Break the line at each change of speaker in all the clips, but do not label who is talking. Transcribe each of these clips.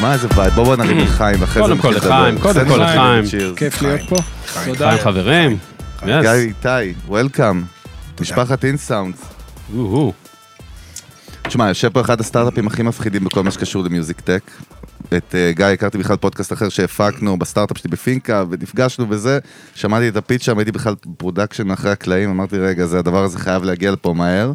מה זה וייד? בואו נרים לחיים, ואחרי זה
קודם כל
נתחיל לדבר.
לחיים, קודם
בסדר?
כל לחיים.
Cheers.
כיף להיות פה. תודה.
חיים חברים.
גיא
יס.
איתי, וולקאם. משפחת אינסאונד.
הו-הו.
תשמע, יושב פה אחד הסטארט-אפים הכי מפחידים בכל מה שקשור למיוזיק טק. את אה, גיא, הכרתי בכלל פודקאסט אחר שהפקנו בסטארט-אפ שלי בפינקה, ונפגשנו וזה. שמעתי את הפיץ שם, הייתי בכלל פרודקשן מאחורי הקלעים, אמרתי, רגע, זה הדבר הזה חייב להגיע לפה מהר,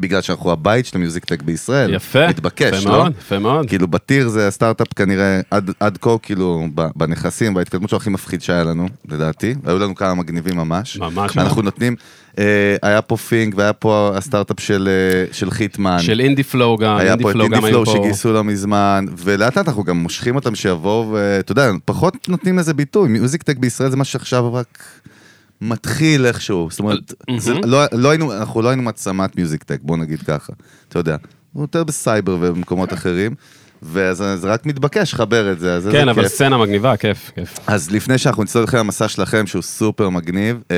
בגלל שאנחנו הבית של המיוזיק טק בישראל.
יפה.
כן, מתבקש,
יפה
לא?
מאוד, יפה מאוד.
כאילו, בטיר זה הסטארט-אפ כנראה עד, עד כה, כאילו, ב- בנכסים, בהתקדמות שלו הכי מפחיד שהיה לנו, לדעתי. היו לנו כמה מגניבים ממש.
ממש.
אנחנו נותנים, אה, היה פה פינק והיה פה הסטארט-אפ של, אה, של חיטמן.
של אינדי פלואו גם,
היה פה את
גם
אינדי
היו
פלואו
פה.
שגייסו לא מזמן, ולאט לאט אנחנו גם מושכים אותם שיבואו, ואתה יודע, פחות נותנים לזה ביטוי. מיוזיק טק בישראל זה מה שעכשיו רק מתחיל איכשהו. זאת אומרת, זה
מהמם.
לא- לא היינו- אנחנו לא היינו מעצמת מיוזיק טק, בוא נגיד ככה. אתה יודע, הוא יותר בסייבר ובמקומות אחרים, ואז זה רק מתבקש לחבר את זה, אז זה
כן,
זה
אבל
כיף.
סצנה מגניבה, כיף, כיף.
אז לפני שאנחנו נצטרך לכם למסע שלכם, שהוא סופר מגניב, אה,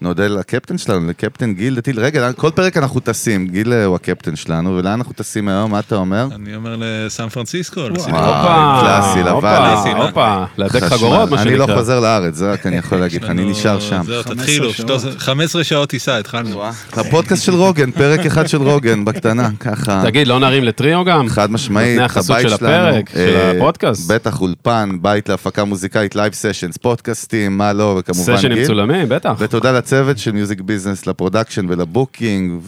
נודה לקפטן שלנו, לקפטן גיל דתיל. רגע, לאן- כל פרק אנחנו טסים, גיל אה, הוא הקפטן שלנו, ולאן אנחנו טסים היום, מה אתה אומר?
אני אומר לסן פרנסיסקו,
וואו.
לסיני.
הופה,
אה, קלאסי, לבן.
הופה,
קלאסי,
הופה, להדק
חשמל.
חגורות, מה
אני לא
שנקרא.
חוזר לארץ, זה רק אני יכול להגיד, אני נשאר שם.
לא- זהו, תתחילו,
15
13 15 שעות טיסה, התחלנו.
הפודקאסט של רוגן, פרק אחד של רוגן, בקטנה, ככה.
תגיד, לא נרים לטריו גם?
חד משמעית,
נותני החסות
הבית
של
שלנו,
הפרק, של
אה,
הפודקאסט.
בטח אולפן, בית להפקה מוזיקאית, לייב סשנס, פודקאסטים, מה לא, וכמובן
סשנים
גיל.
מצולמים, בטח.
ותודה לצוות של מיוזיק ביזנס, לפרודקשן ולבוקינג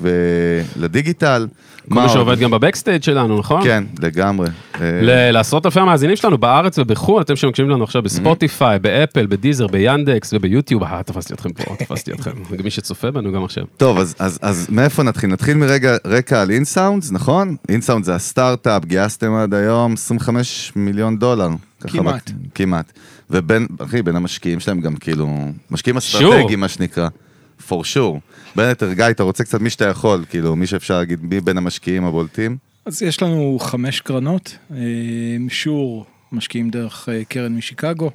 ולדיגיטל.
כל מי שעובד גם בבקסטייג' שלנו, נכון?
כן, לגמרי. אה,
ל- לעשרות אלפי המאזינים שלנו בארץ ובחו"ל, אתם שמקשיבים לנו עכשיו בספוטיפיי,
Mm-hmm.
באפל, בדיזר, ביאנדקס וביוטיוב. אה, תפסתי אתכם פה, תפסתי אתכם. וגם מי שצופה בנו גם עכשיו.
טוב, אז, אז, אז מאיפה נתחיל? נתחיל מרגע רקע על אינסאונדס, נכון? אינסאונדס זה הסטארט-אפ, גייסתם עד היום 25 מיליון דולר. ככה
כמעט.
בק- כמעט. ובין, אחי, בין המשקיעים שלהם גם כאילו, משקיעים
Sure.
אסטרטגיים, מה שנקרא. for sure. בין היתר, גיא, אתה רוצה קצת מי שאתה יכול, כאילו, מי שאפשר להגיד, מי בין המשקיעים הבולטים?
אז יש לנו חמש קרנות, אה, שור משקיעים דרך אה, קרן משיקגו,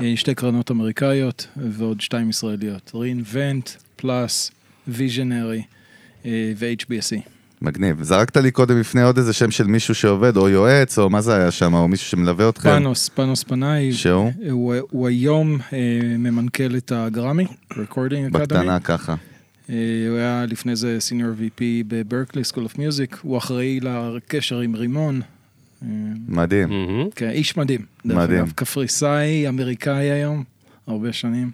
אה, שתי קרנות אמריקאיות ועוד שתיים ישראליות, רינבנט, פלאס, ויז'נרי אה, ו-HBSE.
מגניב. זרקת לי קודם לפני עוד איזה שם של מישהו שעובד, או יועץ, או מה זה היה שם, או מישהו שמלווה אתכם.
פאנוס, פאנוס פנאי,
שהוא?
אה, הוא, הוא היום אה, ממנכ"ל את הגרמי, Recording Academy.
בקטנה ככה.
אה, הוא היה לפני זה סיניור VP בברקלי, School of Music, הוא אחראי לקשר עם רימון. אה,
מדהים.
מהמם.
כן, איש מדהים. דרך
מדהים.
אגב, קפריסאי, אמריקאי היום, הרבה שנים.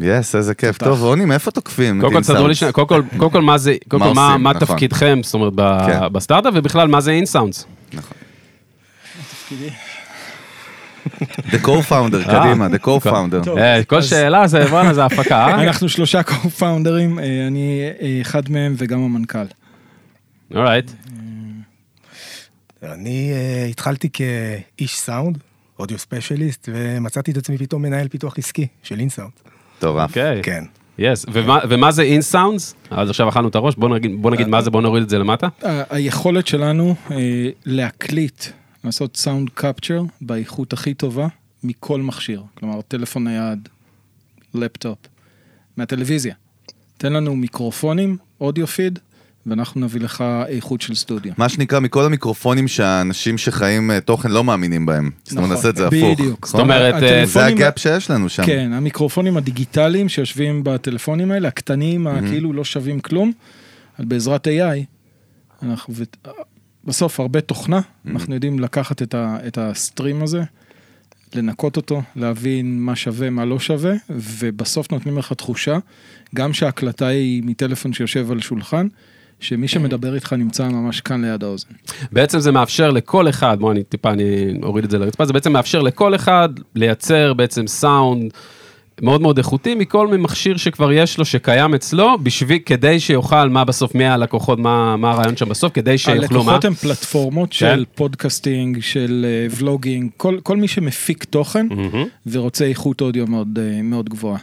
יס, איזה כיף.
תותח.
טוב, רוני, מאיפה תוקפים? את
Mm. קודם כל, תסדרו לי
אינסאונדס?
שנייה, קודם כל, קודם כל, מה זה, קודם
מה
כל, מה-
עושים,
מה
נכון.
תפקידכם, זאת אומרת, ב-
כן.
בסטארט-אפ, ובכלל, מה זה אינסאונדס?
The co-founder, קדימה, the co-founder.
טוב.
אה, כל
אז-
שאלה זה, בואנה, זה הפקה, אה?
אנחנו שלושה co-founders, אה, אני אה, אחד מהם וגם המנכ"ל.
אורייט.
אני אה, התחלתי כאיש סאונד, אודיו ספיישליסט, ומצאתי את עצמי פתאום מנהל פיתוח עסקי של אינסאונד.
מטורף.
אוקיי.
כן.
יס. ומה- ומה זה אינסאונדס? אז עכשיו אכלנו את הראש, בוא נגיד- בוא
אה,
נגיד מה זה, בוא נוריד את זה למטה.
ה- היכולת שלנו אה, להקליט, לעשות סאונד קפצ'ר באיכות הכי טובה מכל מכשיר. כלומר, טלפון נייד, לפטופ, מהטלוויזיה. תן לנו מיקרופונים, אודיו פיד, ואנחנו נביא לך איכות של סטודיו.
מה שנקרא, מכל המיקרופונים שהאנשים שחיים אה, תוכן לא מאמינים בהם. זאת אומרת,
נכון,
נעשה את זה הפוך.
בדיוק.
זאת אומרת, אה,
זה
הטלפונים-
הגאפ שיש לנו שם.
כן, המיקרופונים הדיגיטליים שיושבים בטלפונים האלה, הקטנים, הכאילו לא שווים כלום, אבל בעזרת AI, אנחנו, ו- בסוף הרבה תוכנה, אנחנו יודעים לקחת את, ה, את הסטרים הזה, לנקות אותו, להבין מה שווה, מה לא שווה, ובסוף נותנים לך תחושה, גם שההקלטה היא מטלפון שיושב על שולחן,
כן.
שמי שמדבר איתך נמצא ממש כאן ליד האוזן.
בעצם זה מאפשר לכל אחד, בוא אני טיפה, אני אוריד את זה לרצפה, זה בעצם מאפשר לכל אחד לייצר בעצם סאונד מאוד מאוד איכותי מכל מיני מכשיר שכבר יש לו, שקיים אצלו, בשביל, כדי שיוכל, מה בסוף, מי הלקוחות, מה, מה הרעיון שם בסוף, כדי שיוכלו, מה? כן.
הלקוחות הם פלטפורמות של פודקאסטינג, של אה, ולוגינג, כל, כל מי שמפיק תוכן
מהמם.
ורוצה איכות אודיו מאוד, אה, מאוד גבוהה.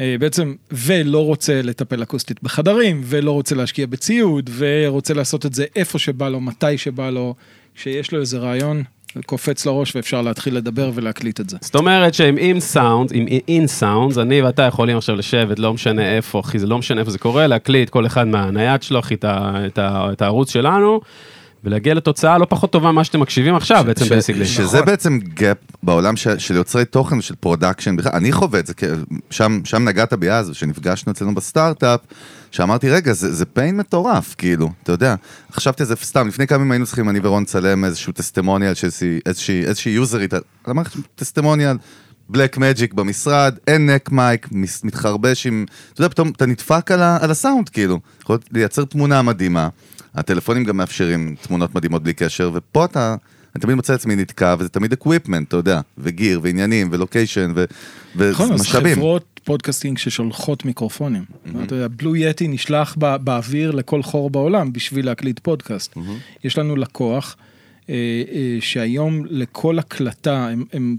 אה, בעצם, ולא רוצה לטפל אקוסטית בחדרים, ולא רוצה להשקיע בציוד, ורוצה לעשות את זה איפה שבא לו, מתי שבא לו, שיש לו איזה רעיון, קופץ לראש ואפשר להתחיל לדבר ולהקליט את זה.
זאת אומרת שהם עם סאונד, עם אין סאונד, אני ואתה יכולים עכשיו לשבת, לא משנה איפה, אחי, זה לא משנה איפה זה קורה, להקליט כל אחד מהנייד שלו, אחי, את ה- את ה- את הערוץ שלנו, ולהגיע לתוצאה לא פחות טובה ממה שאתם מקשיבים עכשיו בעצם
ש-
ב-Basic League.
נכון.
שזה בעצם גאפ בעולם ש- של יוצרי תוכן, של פרודקשן, בכלל. אני חווה את זה, כ- שם שם נגעת בי אז, כשנפגשנו אצלנו בסטארט-אפ, שאמרתי, רגע, זה זה pain מטורף, כאילו, אתה יודע. חשבתי על זה סתם, לפני כמה ימים היינו צריכים, אני ורון לצלם איזשהו טסטימוניאל, של איזושהי- איזושהי איזושהי יוזרית, אמרתי, טסטימוניאל. בלק מג'יק במשרד, אין נק מייק, מס- מתחרבש עם... אתה יודע, פתאום אתה נדפק על, ה, על הסאונד, כאילו. יכול להיות לייצר תמונה מדהימה. הטלפונים גם מאפשרים תמונות מדהימות בלי קשר, ופה אתה... אני תמיד מוצא עצמי נתקע, וזה תמיד אקוויפמנט, אתה יודע, וגיר, ועניינים, ולוקיישן, ו-
נכון, אז
ומשאבים.
חברות פודקאסטינג ששולחות מיקרופונים. אתה יודע, בלו יטי נשלח בא- באוויר לכל חור בעולם בשביל להקליט פודקאסט. יש לנו לקוח אה, אה, שהיום לכל הקלטה, הם- הם,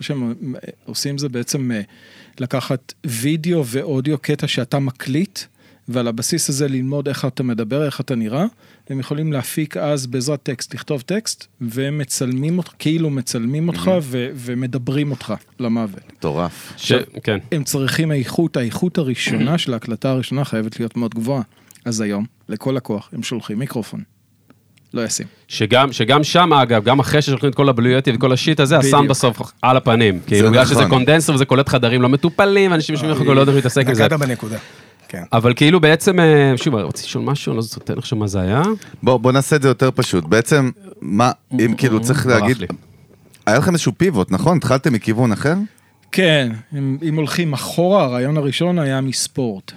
מה שהם אה, עושים זה בעצם אה, לקחת וידאו ואודיו, קטע שאתה מקליט. ועל הבסיס הזה ללמוד איך אתה מדבר, איך אתה נראה, הם יכולים להפיק אז בעזרת טקסט, לכתוב טקסט, והם מצלמים אותך, כאילו מצלמים אותך ו- ומדברים אותך למוות.
מטורף.
ש... כן.
הם צריכים איכות, האיכות הראשונה של ההקלטה הראשונה חייבת להיות מאוד גבוהה. אז היום, לכל לקוח, הם שולחים מיקרופון. לא ישים.
שגם, שגם שם אגב, גם אחרי ששולחים את כל הבלויוטי וכל השיט הזה, הסאונד
בדיוק.
בסוף על הפנים. כאילו, בגלל
נכון. אה,
שזה קונדנסר וזה קולט חדרים לא מטופלים, אנשים יושבים לך לא יודעים להתעסק עם זה.
נגעת בנקודה. כן.
אבל כאילו בעצם, אה, שוב, רציתי לשאול משהו, אני לא זוכר תן עכשיו מה זה היה.
בוא, בוא נעשה את זה יותר פשוט. בעצם, מה, אם כאילו צריך
ברח
להגיד...
לי.
היה לכם איזשהו פיבוט, נכון? התחלתם מכיוון אחר?
כן, אם, אם הולכים אחורה, הרעיון הראשון היה מספורט.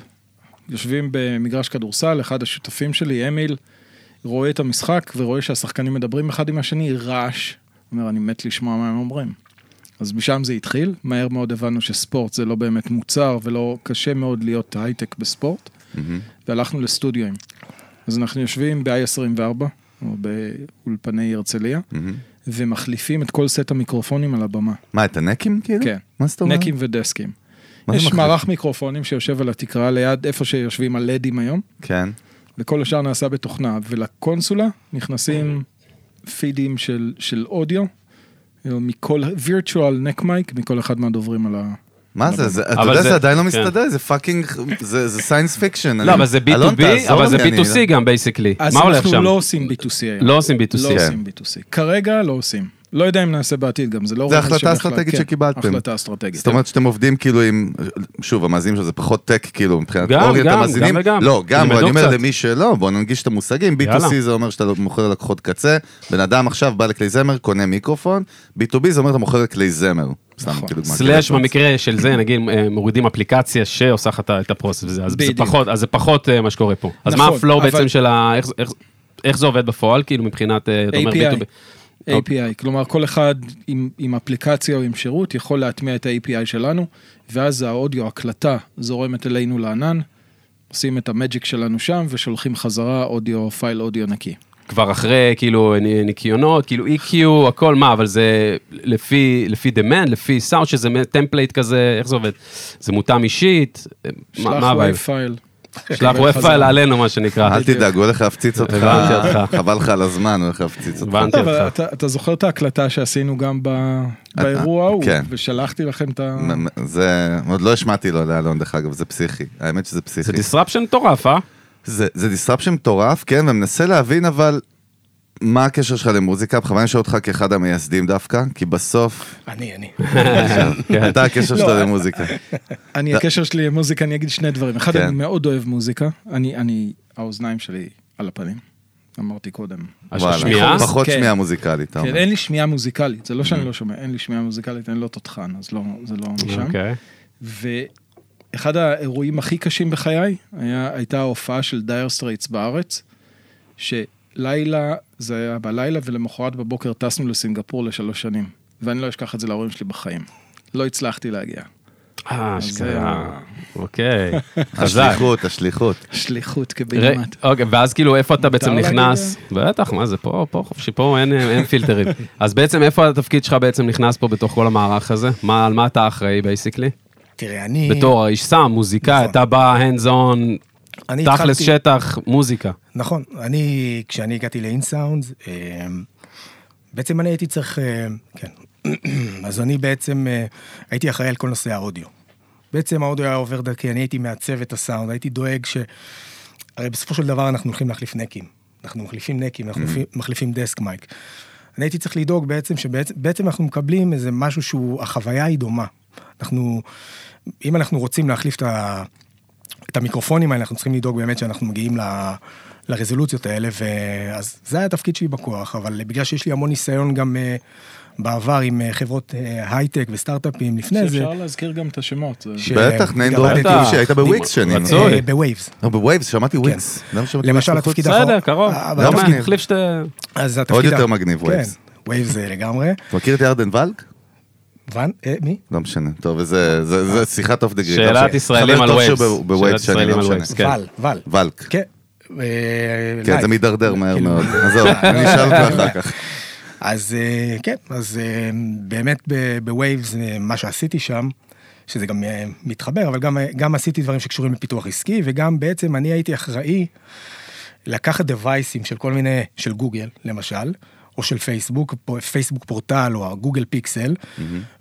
יושבים במגרש כדורסל, אחד השותפים שלי, אמיל, רואה את המשחק ורואה שהשחקנים מדברים אחד עם השני, רעש. הוא אומר, אני מת לשמוע מה הם אומרים. אז משם זה התחיל, מהר מאוד הבנו שספורט זה לא באמת מוצר ולא קשה מאוד להיות הייטק בספורט, והלכנו לסטודיואים. אז אנחנו יושבים ב-i24, או באולפני הרצליה, ומחליפים את כל סט המיקרופונים על הבמה.
מה, את הנקים כאילו?
כן.
מה זאת אומרת?
נקים ודסקים.
מה זה
יש
מחליף?
מערך מיקרופונים שיושב על התקרה ליד איפה שיושבים הלדים היום,
כן.
וכל השאר נעשה בתוכנה, ולקונסולה נכנסים פידים של, של אודיו, או מכל virtual neck mic, מכל אחד מהדוברים על ה...
מה זה? זה- אתה
אבל
יודע,
זה-
זה עדיין לא
כן.
מסתדר, זה פאקינג, זה זה סיינס פיקשן.
לא, אבל זה
אני- אלון,
B2B,
תעזור
אבל
לי,
זה
אני-
B2C גם בייסיקלי.
אז
מה הולך
אנחנו
שם?
לא עושים B2C היום.
לא עושים
לא
B2C.
כן.
עושים B2C. כרגע לא עושים. לא יודע אם נעשה בעתיד גם, זה לא...
זה
רמז
החלטה
שבכלל-
אסטרטגית
כן,
שקיבלתם.
החלטה אסטרטגית.
זאת אומרת שאתם עובדים כאילו עם, שוב, המאזינים של זה פחות טק כאילו, מבחינת
גם,
אוריינט
גם,
המאזינים.
גם וגם.
לא, גם, אבל אני
תלמדו
אומר
קצת.
למי שלא, בואו ננגיש את המושגים. B2C
יאללה.
זה אומר שאתה מוכר לקוחות קצה, בן אדם עכשיו בא לכלי זמר, קונה מיקרופון, B2B זה אומר אתה מוכר לכלי זמר. סתם,
נכון.
כאילו, דוגמה
סלאש
כזאת.
במקרה של זה, נגיד, אה, מורידים אפליקציה שעושה לך את ה- את הפרוסס וזה, אז זה
בדיוק.
פחות, אז זה פחות אה, מה שקורה פה. אז מה
נכון,
הפלואו
אבל-
בעצם של ה... איך- איך- איך זה עובד בפועל, כאילו, מבחינת, אה, אתה אומר,
API.
B2B? אוקיי.
API, כלומר כל אחד עם, עם אפליקציה או עם שירות יכול להטמיע את ה-API שלנו, ואז האודיו, הקלטה, זורמת אלינו לענן, עושים את המג'יק שלנו שם ושולחים חזרה אודיו, פייל אודיו נקי.
כבר אחרי, כאילו, נ- ניקיונות, כאילו, EQ, הכל, מה, אבל זה לפי, לפי demand, לפי סאונד, שזה מ- טמפלייט כזה, איך זה עובד? זה מוטם אישית? אה, מה
שלח כן,
מה הבעיה?
ווי פייל.
שלח wi עלינו, מה שנקרא.
אל תדאג, הוא הולך להפציץ אותך,
הבנתי אותך.
חבל לך על הזמן, הוא הולך להפציץ אותך.
הבנתי
לא, אבל
אותך.
אתה, אתה זוכר את ההקלטה שעשינו גם ב, באירוע ההוא,
כן.
ושלחתי לכם את ה...
מ- מ- זה, עוד לא השמעתי לו לאלון דרך אגב, זה פסיכי, האמת שזה
זה
פסיכי.
disruption מטורף, אה?
זה, זה disruption מטורף, כן, ומנסה להבין אבל מה הקשר שלך למוזיקה, בכוונה אני שואל אותך כאחד המייסדים דווקא, כי בסוף,
אני, אני.
כן.
אתה הקשר שלך
לא,
למוזיקה.
לא.
אני, הקשר שלי למוזיקה, אני אגיד שני דברים. אחד,
כן.
אני מאוד אוהב מוזיקה, אני, אני, האוזניים שלי על הפנים, אמרתי קודם.
וואלה.
אה, השמיעה?
פחות
כן.
שמיעה מוזיקלית, אתה
כן,
אומר.
אין לי שמיעה מוזיקלית, זה לא
Mm.
שאני לא שומע, אין לי שמיעה מוזיקלית, אני לא תותחן, אז לא, זה לא משם.
אוקיי.
ואחד האירועים הכי קשים בחיי היה, הייתה ההופעה של דייר סטרייטס בארץ, שלילה, זה היה בלילה, ולמחרת בבוקר טסנו לסינגפור לשלוש שנים. ואני לא אשכח את זה להורים שלי בחיים. לא הצלחתי להגיע.
אה, אשכרה. אוקיי. חזק.
השליחות, השליחות.
שליחות
ר-
כבימת.
אוקיי, ואז כאילו איפה אתה בעצם
להגיד
נכנס?
אה?
בטח, מה זה פה, פה חופשי, פה אין- אה, אין פילטרים. אז בעצם איפה התפקיד שלך בעצם נכנס פה בתוך כל המערך הזה? מה, על מה אתה אחראי בייסיקלי?
תראה, אני...
בתור האיש סאם, מוזיקאי,
אה. נכון.
אתה בא, hands on,
אני
תכלס
התחלתי-
שטח, מוזיקה.
נכון, אני, כשאני הגעתי לאינסאונדס, אה, בעצם אני הייתי צריך, אה, כן, אז אני בעצם אה, הייתי אחראי על כל נושא האודיו. בעצם האודיו היה עובר דרכי, אני הייתי מעצב את הסאונד, הייתי דואג ש... הרי בסופו של דבר אנחנו הולכים להחליף נקים. אנחנו מחליפים נקים, אנחנו מחליפים דסק מייק. אני הייתי צריך לדאוג בעצם שבעצם בעצם אנחנו מקבלים איזה משהו שהוא, החוויה היא דומה. אנחנו, אם אנחנו רוצים להחליף את, ה, את המיקרופונים האלה, אנחנו צריכים לדאוג באמת שאנחנו מגיעים ל, לרזולוציות האלה, ואז זה היה התפקיד שלי בכוח, אבל בגלל שיש לי המון ניסיון גם אה, בעבר עם אה, חברות אה, הייטק וסטארט-אפים לפני זה,
שאפשר להזכיר גם את השמות. זה-
ש-
בטח, name
עבדתי-
drop טוב שהיית בוויקס שנים.
רצוי.
אה, בווייבס.
לא, בווייבס, שמעתי וויקס. למה שמעתי
למשל
וויקס בחוץ?
התפקיד האחרון.
בסדר, קרוב.
אה,
לא
התפקיד-
מגניב.
תחליף שאתה...
אז התפקיד...
עוד
ה-
יותר מגניב,
כן,
ווייבס.
ווייבס אה, לגמרי.
אתה מכיר את ירדן ולק?
ון, אה, מי?
לא משנה. טוב, זה- זה זה שיחת אוף דה גריד.
שאלת ישראלים על ווייבס. שאלת
בווייבס שאני
ישראלים
לא
על
משנה.
ווייבס. כן.
ול, ול.
ולק.
כן. אה,
כן,
לייק.
זה מידרדר מהר
כאילו,
מאוד. עזוב, אני אשאל אותך אחר כך.
אז אה, כן, אז אה, באמת בווייבס, אה, מה שעשיתי שם, שזה גם אה, מתחבר, אבל גם, אה, גם עשיתי דברים שקשורים לפיתוח עסקי, וגם בעצם אני הייתי אחראי לקחת דווייסים של כל מיני, של גוגל, למשל, או של פייסבוק, פו- פייסבוק פורטל, או הגוגל פיקסל,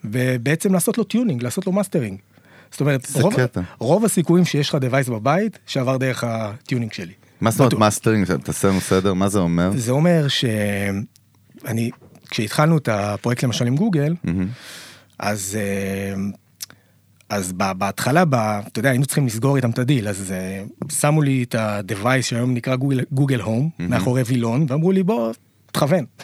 ובעצם לעשות לו טיונינג, לעשות לו מאסטרינג. זאת אומרת,
זה
רוב,
קטע.
רוב הסיכויים שיש לך דווייס בבית, שעבר דרך הטיונינג שלי.
מה זאת אומרת
בטוח.
מאסטרינג? תעשה לנו סדר, מה זה אומר?
זה אומר שאני, כשהתחלנו את הפרויקט למשל עם גוגל, אז, אה, אז ב- בהתחלה, ב, אתה יודע, היינו צריכים לסגור איתם את הדיל, אז אה, שמו לי את ה-Device שהיום נקרא גוגל- גוגל הום, מאחורי וילון, ואמרו לי, בוא, תכוון.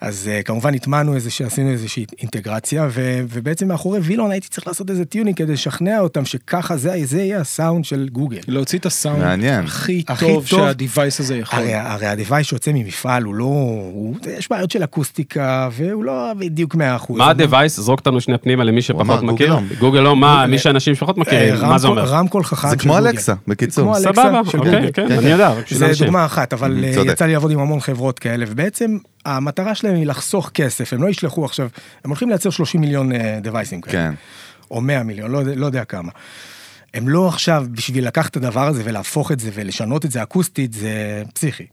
אז אה, כמובן הטמענו איזה שעשינו איזושהי אינטגרציה, ו, ובעצם מאחורי וילון הייתי צריך לעשות איזה טיונינג כדי לשכנע אותם שככה זה, זה יהיה הסאונד של גוגל.
להוציא את הסאונד
מעניין.
הכי
הכי
טוב
טוב.
שהדיווייס הזה
נכון.
יכול.
הרי, הרי הדווייס שיוצא ממפעל הוא לא, הוא, יש בעיות של אקוסטיקה והוא לא בדיוק 100%.
מה הדווייס? זרוק אותנו שנייה פנימה למי
אמר,
שפחות
גוגל
מכיר.
הום.
גוגל לא, מה, מי שאנשים שפחות מכירים, כן, מה זה אומר?
אה, רמקול חכם
זה
של
כמו
גוגל.
אלקסה, בקיצור.
כמו אלקסה
סבבה,
של גוגל.
אוקיי, כן, אני יודע, רק בשביל
זה
אנשים.
דוגמה אחת, אבל
Mhm,
אה,
צודק.
יצא לי לעבוד עם המון חברות כאלה, ובעצם המטרה שלהם היא לחסוך כסף, הם לא ישלחו עכשיו, הם הולכים לייצר 30 מיליון אה, דווייסים כאלה.
כן.
או 100 מיליון, לא, יודע- לא יודע כמה. הם לא עכשיו בשביל לקחת את הדבר הזה ולהפוך את זה ולשנות את זה אקוסטית, זה פסיכי.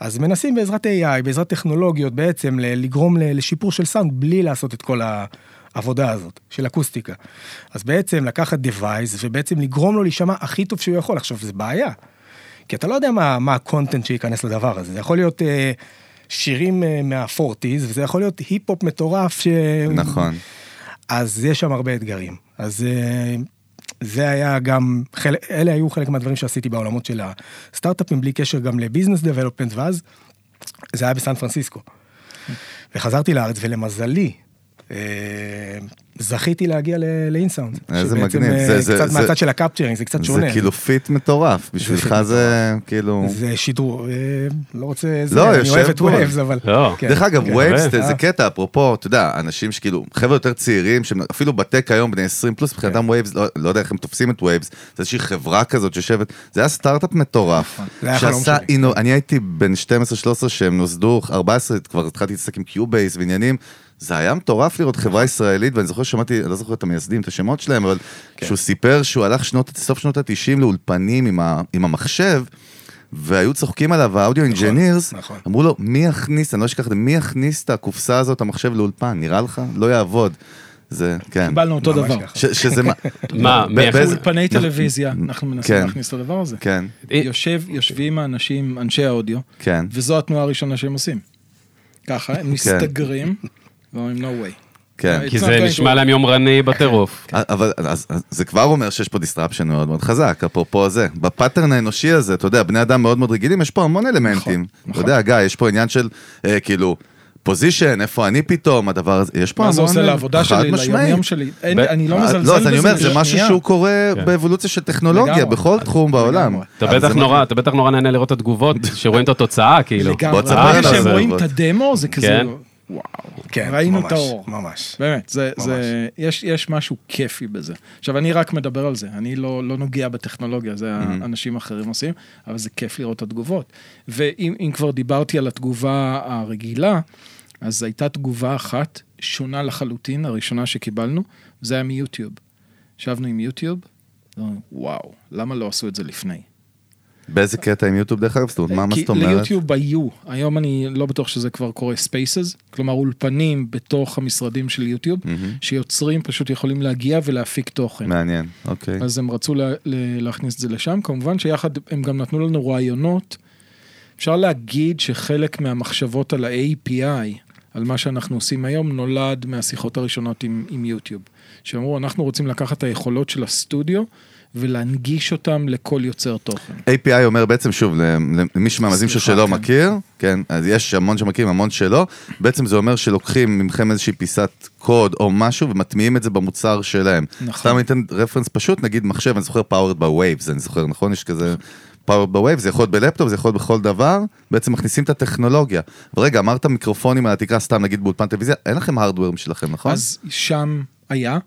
אז מנסים בעזרת AI, בעזרת טכנולוגיות בעצם, ל- לגרום ל- לשיפור של סאונד בלי לעשות את כל העבודה הזאת של אקוסטיקה. אז בעצם לקחת device ובעצם לגרום לו להישמע הכי טוב שהוא יכול. עכשיו, זה בעיה. כי אתה לא יודע מה, מה הקונטנט שייכנס לדבר הזה. זה יכול להיות אה, שירים אה, מהפורטיז, וזה יכול להיות היפ-הופ מטורף ש...
נכון.
אז יש שם הרבה אתגרים. אז אה, זה היה גם, חלק, אלה היו חלק מהדברים שעשיתי בעולמות של הסטארט-אפים, בלי קשר גם לביזנס דבלופמנט, ואז זה היה בסן פרנסיסקו. וחזרתי לארץ, ולמזלי, אה, זכיתי להגיע ל- לאינסאונד.
איזה
שבעצם,
מגניב.
אה,
זה- זה-
קצת
זה-
מהצד של הקפצ'רינג, זה קצת
זה
שונה.
כאילו פיט מטורף, בשבילך
פיט
זה כאילו...
זה שידור, אה, לא רוצה... זה,
לא,
אני
יושב
אוהב את
פה.
ווייבס, אבל...
לא.
כן.
דרך אגב,
כן.
ווייבס
באמת,
זה קטע, אפרופו, אתה יודע, אנשים שכאילו, חבר'ה יותר צעירים, שהם אפילו בטק היום בני 20 פלוס,
כן.
מבחינתם ווייבס, לא לא יודע איך הם תופסים את ווייבס, זה איזושהי חברה כזאת שיושבת, זה היה סטארט-אפ מטורף.
נכון, זה היה החלום
שעשה
שלי.
אינו, אני הייתי בן 12-13 שהם נוסדו, 14 כבר התחלתי להתעסק עם קיובייס ועניינים. זה היה מטורף לראות חברה ישראלית, ואני זוכר ששמעתי, אני לא זוכר את המייסדים, את השמות שלהם, אבל
כן.
שהוא סיפר שהוא הלך שנות, סוף שנות ה-90 לאולפנים עם, ה, עם המחשב, והיו צוחקים עליו, האודיו אינג'ינירס,
נכון.
אמרו לו, מי יכניס, אני לא אשכח את זה, מי יכניס את הקופסה הזאת, המחשב לאולפן, נראה לך? לא יעבוד. זה, כן.
קיבלנו אותו
ממש
דבר.
ככה.
ש- שזה מה...
מה,
ב-
מי יכניס?
באיזה-
אולפני טלוויזיה,
נ-
אנחנו מנסים
נכון. כן.
להכניס את הדבר הזה.
כן,
יושב, יושבים האנשים, אנשי האודיו,
כן.
וזו התנועה הראשונה שהם עושים. ככה, הם מסתגרים, ואומרים no way.
כן.
כי
It's
זה
not going
נשמע
to-
להם יומרני בטירוף.
אבל אז, אז, זה כבר אומר שיש פה דיסטרפשן מאוד מאוד חזק, אפרופו זה. בפאטרן האנושי הזה, אתה יודע, בני אדם מאוד מאוד רגילים, יש פה המון
נכון,
אלמנטים. אתה יודע, גיא, יש פה עניין של, אה, כאילו, פוזיישן, איפה אני פתאום, הדבר הזה, יש פה המון...
מה זה עושה לעבודה
חד
שלי,
משמעית.
ליום שלי. אין-
ב-
אני לא
אה,
מזלזל בזה.
לא, אז אני אומר, זה
בשנייה.
משהו שהוא קורה באבולוציה של טכנולוגיה,
לגמרי.
בכל תחום בעולם.
כן. אתה
אבל
בטח
זה
נורא, אתה בטח נורא נהנה לראות את התגובות, שרואים את התוצאה, כאילו.
בוא
לגמרי.
תספר
לנו
ברגע
על
שהם
זה,
רואים
בוא.
את הדמו, זה כזה,
כן.
וואו.
כן,
ראינו
ממש,
את האור.
ממש.
באמת, זה,
ממש.
זה, יש, יש משהו כיפי בזה. עכשיו, אני רק מדבר על זה, אני לא, לא נוגע בטכנולוגיה,
Mhm.
זה mm-hmm. אנשים אחרים עושים, אבל זה כיף לראות את התגובות. ואם אם כבר דיברתי על התגובה הרגילה, אז הייתה תגובה אחת, שונה לחלוטין, הראשונה שקיבלנו, זה היה מיוטיוב. ישבנו עם יוטיוב, ואמרנו, וואו, למה לא עשו את זה לפני?
באיזה קטע עם יוטיוב דרך אגב? זאת אומרת, מה מה
כי
זאת אומרת?
ליוטיוב היו, היום אני לא בטוח שזה כבר קורה ספייסס, כלומר אולפנים בתוך המשרדים של יוטיוב, שיוצרים פשוט יכולים להגיע ולהפיק תוכן.
מעניין, אוקיי.
אז הם רצו לה, לה, להכניס את זה לשם, כמובן שיחד הם גם נתנו לנו רעיונות אפשר להגיד שחלק מהמחשבות על ה-API, על מה שאנחנו עושים היום, נולד מהשיחות הראשונות עם, עם יוטיוב. שאמרו, אנחנו רוצים לקחת את היכולות של הסטודיו ולהנגיש אותם לכל יוצר תוכן.
API אומר בעצם, שוב, למי שמאזינים שלו
סליחה,
שלא
כן.
מכיר, כן, אז יש המון שמכירים, המון שלא, בעצם זה אומר שלוקחים ממכם איזושהי פיסת קוד או משהו ומטמיעים את זה במוצר שלהם.
נכון.
סתם ניתן רפרנס פשוט, נגיד מחשב, אני זוכר powered by waves, אני זוכר, נכון? יש כזה powered by waves, זה יכול להיות בלפטופ, זה יכול להיות בכל דבר, בעצם מכניסים את הטכנולוגיה. ורגע, אמרת מיקרופונים על התקרה, סתם נגיד באולפן טלוויזיה, אין לכם הארדוור משלכם, נכון?
אז שם היה.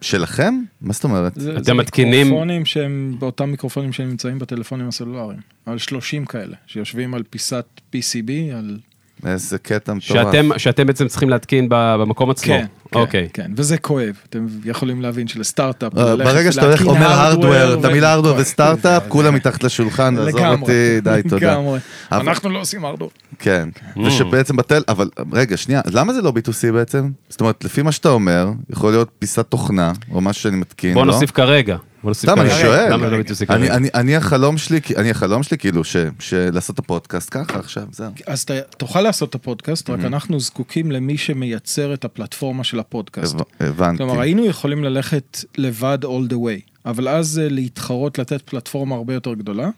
שלכם? מה זאת אומרת?
זה,
אתם מתקינים-
מיקרופונים שהם באותם מיקרופונים שנמצאים בטלפונים הסלולריים. על 30 כאלה, שיושבים על פיסת PCB, על...
איזה קטע מטורף.
שאתם, שאתם בעצם צריכים להתקין ב- במקום עצמו. אוקיי.
כן, וזה כואב. אתם יכולים להבין שלסטארט-אפ...
אה,
ללכת
ברגע שאתה הולך,
להתקין
אומר הארדוור,
hardware כן.
את המילה הארדוור וסטארט-אפ,
זה-
כולם מתחת לשולחן, עזוב
לגמרי,
אותי, די, תודה.
לגמרי.
אבל-
אנחנו לא עושים הארדוור.
כן,
Mm.
ושבעצם בטל, אבל רגע, שנייה, למה זה לא B2C בעצם? זאת אומרת, לפי מה שאתה אומר, יכול להיות פיסת תוכנה, או משהו שאני מתקין,
בוא
לא?
נוסיף כרגע. בוא נוסיף
סתם, אני
כרגע.
שואל.
למה לא B2C
אני-
כרגע?
אני- אני החלום שלי, כי- אני החלום שלי כאילו, ש- שלעשות את הפודקאסט ככה עכשיו, זהו.
אז אתה תוכל לעשות את הפודקאסט, רק אנחנו זקוקים למי שמייצר את הפלטפורמה של הפודקאסט.
הב- הבנתי.
כן.
כלומר, היינו יכולים ללכת לבד all the way, אבל אז אה, להתחרות, לתת פלטפורמה הרבה יותר גדולה,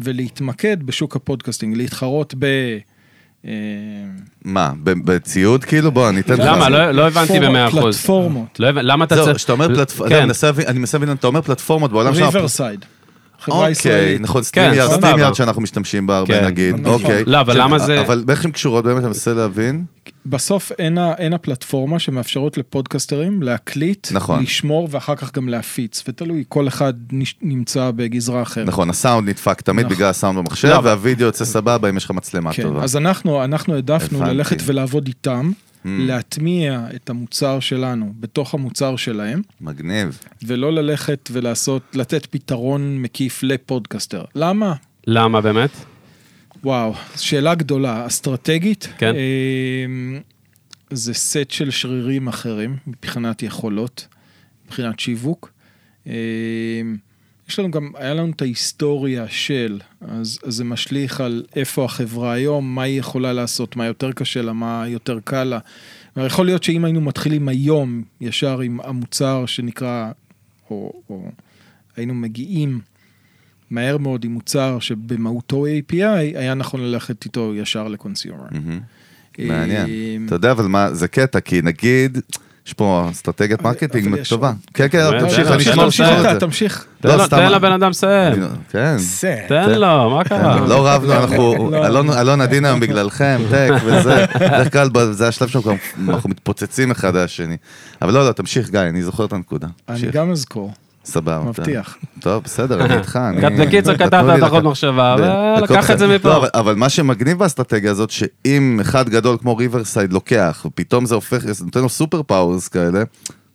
ולהתמקד בשוק הפודקאסטינג, להתחרות ב... אה,
מה, ב- בציוד כאילו? בוא, אני אתן לך.
למה? לא- לא הבנתי
פלטפורמה-
במאה אחוז.
פלטפורמות,
לא הבנ- למה אתה
זהו,
צריך...
כשאתה אומר פלטפורמה,
כן.
אני מנסה להבין, אתה אומר פלטפורמות בעולם שלנו.
ריברסייד. חברה
אה. אוקיי,
ישראלית.
נכון,
כן,
סטרימיארד,
סבבה.
סטרימיארד שאנחנו משתמשים בה הרבה
כן.
נגיד,
נכון.
אוקיי.
לא, אבל
כן,
למה זה-
אבל איך הן קשורות באמת, אני מנסה להבין.
בסוף אין, ה- אין הפלטפורמה שמאפשרת לפודקסטרים להקליט,
נכון.
לשמור ואחר כך גם להפיץ, ותלוי, כל אחד נש- נמצא בגזרה אחרת.
נכון, הסאונד נדפק תמיד
נכון.
בגלל הסאונד במחשב,
לא, אבל-
והווידאו יוצא סבבה אם יש לך מצלמה
כן,
טובה.
אז אנחנו, אנחנו העדפנו
הבנתי.
ללכת ולעבוד איתם,
Mm,
להטמיע את המוצר שלנו בתוך המוצר שלהם,
מגניב.
ולא ללכת ולעשות, לתת פתרון מקיף לפודקסטר. למה?
למה באמת?
וואו, שאלה גדולה, אסטרטגית.
כן.
אמ, זה סט של שרירים אחרים מבחינת יכולות, מבחינת שיווק. אמ, יש לנו גם, היה לנו את ההיסטוריה של, אז, אז זה משליך על איפה החברה היום, מה היא יכולה לעשות, מה יותר קשה לה, מה יותר קל לה. אבל יכול להיות שאם היינו מתחילים היום ישר עם המוצר שנקרא, או, או היינו מגיעים מהר מאוד עם מוצר שבמהותו API, היה נכון ללכת איתו ישר לקונסיומר.
מהמם. מעניין.
אמ,
אתה יודע, אבל מה, זה קטע, כי נגיד, יש פה אסטרטגיית
אבל- אבל
מרקטינג
יש
טובה.
עוד.
כן, כן,
אבל-
תמשיך,
אבל-
אני אשמע
אבל-
אותך.
תמשיך
אבל-
אתה, תמשיך.
תן
לא,
לו-
סתם-
תן לבן אדם לסיים.
כן.
זה.
תן לו, מה קרה?
לא רבנו, אנחנו,
לא.
אלון- אלון עדין היום בגללכם, טק וזה, בדרך כלל ב- זה השלב שלנו, כבר אנחנו מתפוצצים אחד על השני. אבל לא, לא, תמשיך גיא, אני זוכר את הנקודה.
אני
תמשיך.
גם אזכור,
סבבה. אתה-
מבטיח.
טוב, בסדר, אני איתך. אני-
בקיצור,
נתנו
כתבת
לי
את
לקחת-
אחות מחשבה,
ב-
ולקח את זה
לקחת-
מפה.
לא, אבל- אבל מה שמגניב באסטרטגיה הזאת, שאם אחד גדול כמו ריברסייד לוקח, ופתאום זה הופך, זה נותן לו סופר פאוורס כאלה,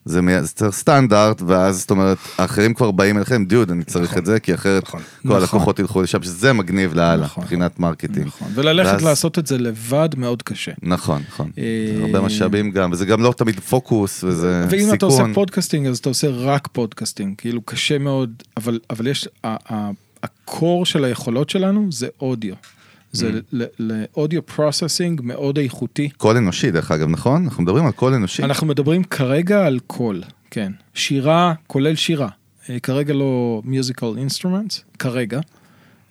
זה מי- זה צריך סטנדרט, ואז זאת אומרת, האחרים כבר באים אליכם, דוד, אני צריך את זה, כי אחרת
נכון.
כל
נכון.
הלקוחות ילכו לשם, שזה מגניב לאללה,
נכון.
מבחינת מרקטינג.
נכון. וללכת
ואז-
לעשות את זה לבד מאוד קשה.
נכון, נכון.
אה,
הרבה משאבים גם, וזה גם לא תמיד פוקוס, וזה סיכון.
ואם אתה עושה פודקאסטינג, אז אתה עושה רק פודקאסטינג, כאילו קשה מאוד, אבל, אבל יש, ה- ה- הקור של היכולות שלנו זה אודיו.
Mm.
זה לאודיו פרוססינג מאוד איכותי.
קול אנושי, דרך אגב, נכון? אנחנו מדברים על קול אנושי.
אנחנו מדברים כרגע על קול, כן. שירה, כולל שירה. אה, כרגע לא מיוזיקל אינסטרומנטס, כרגע.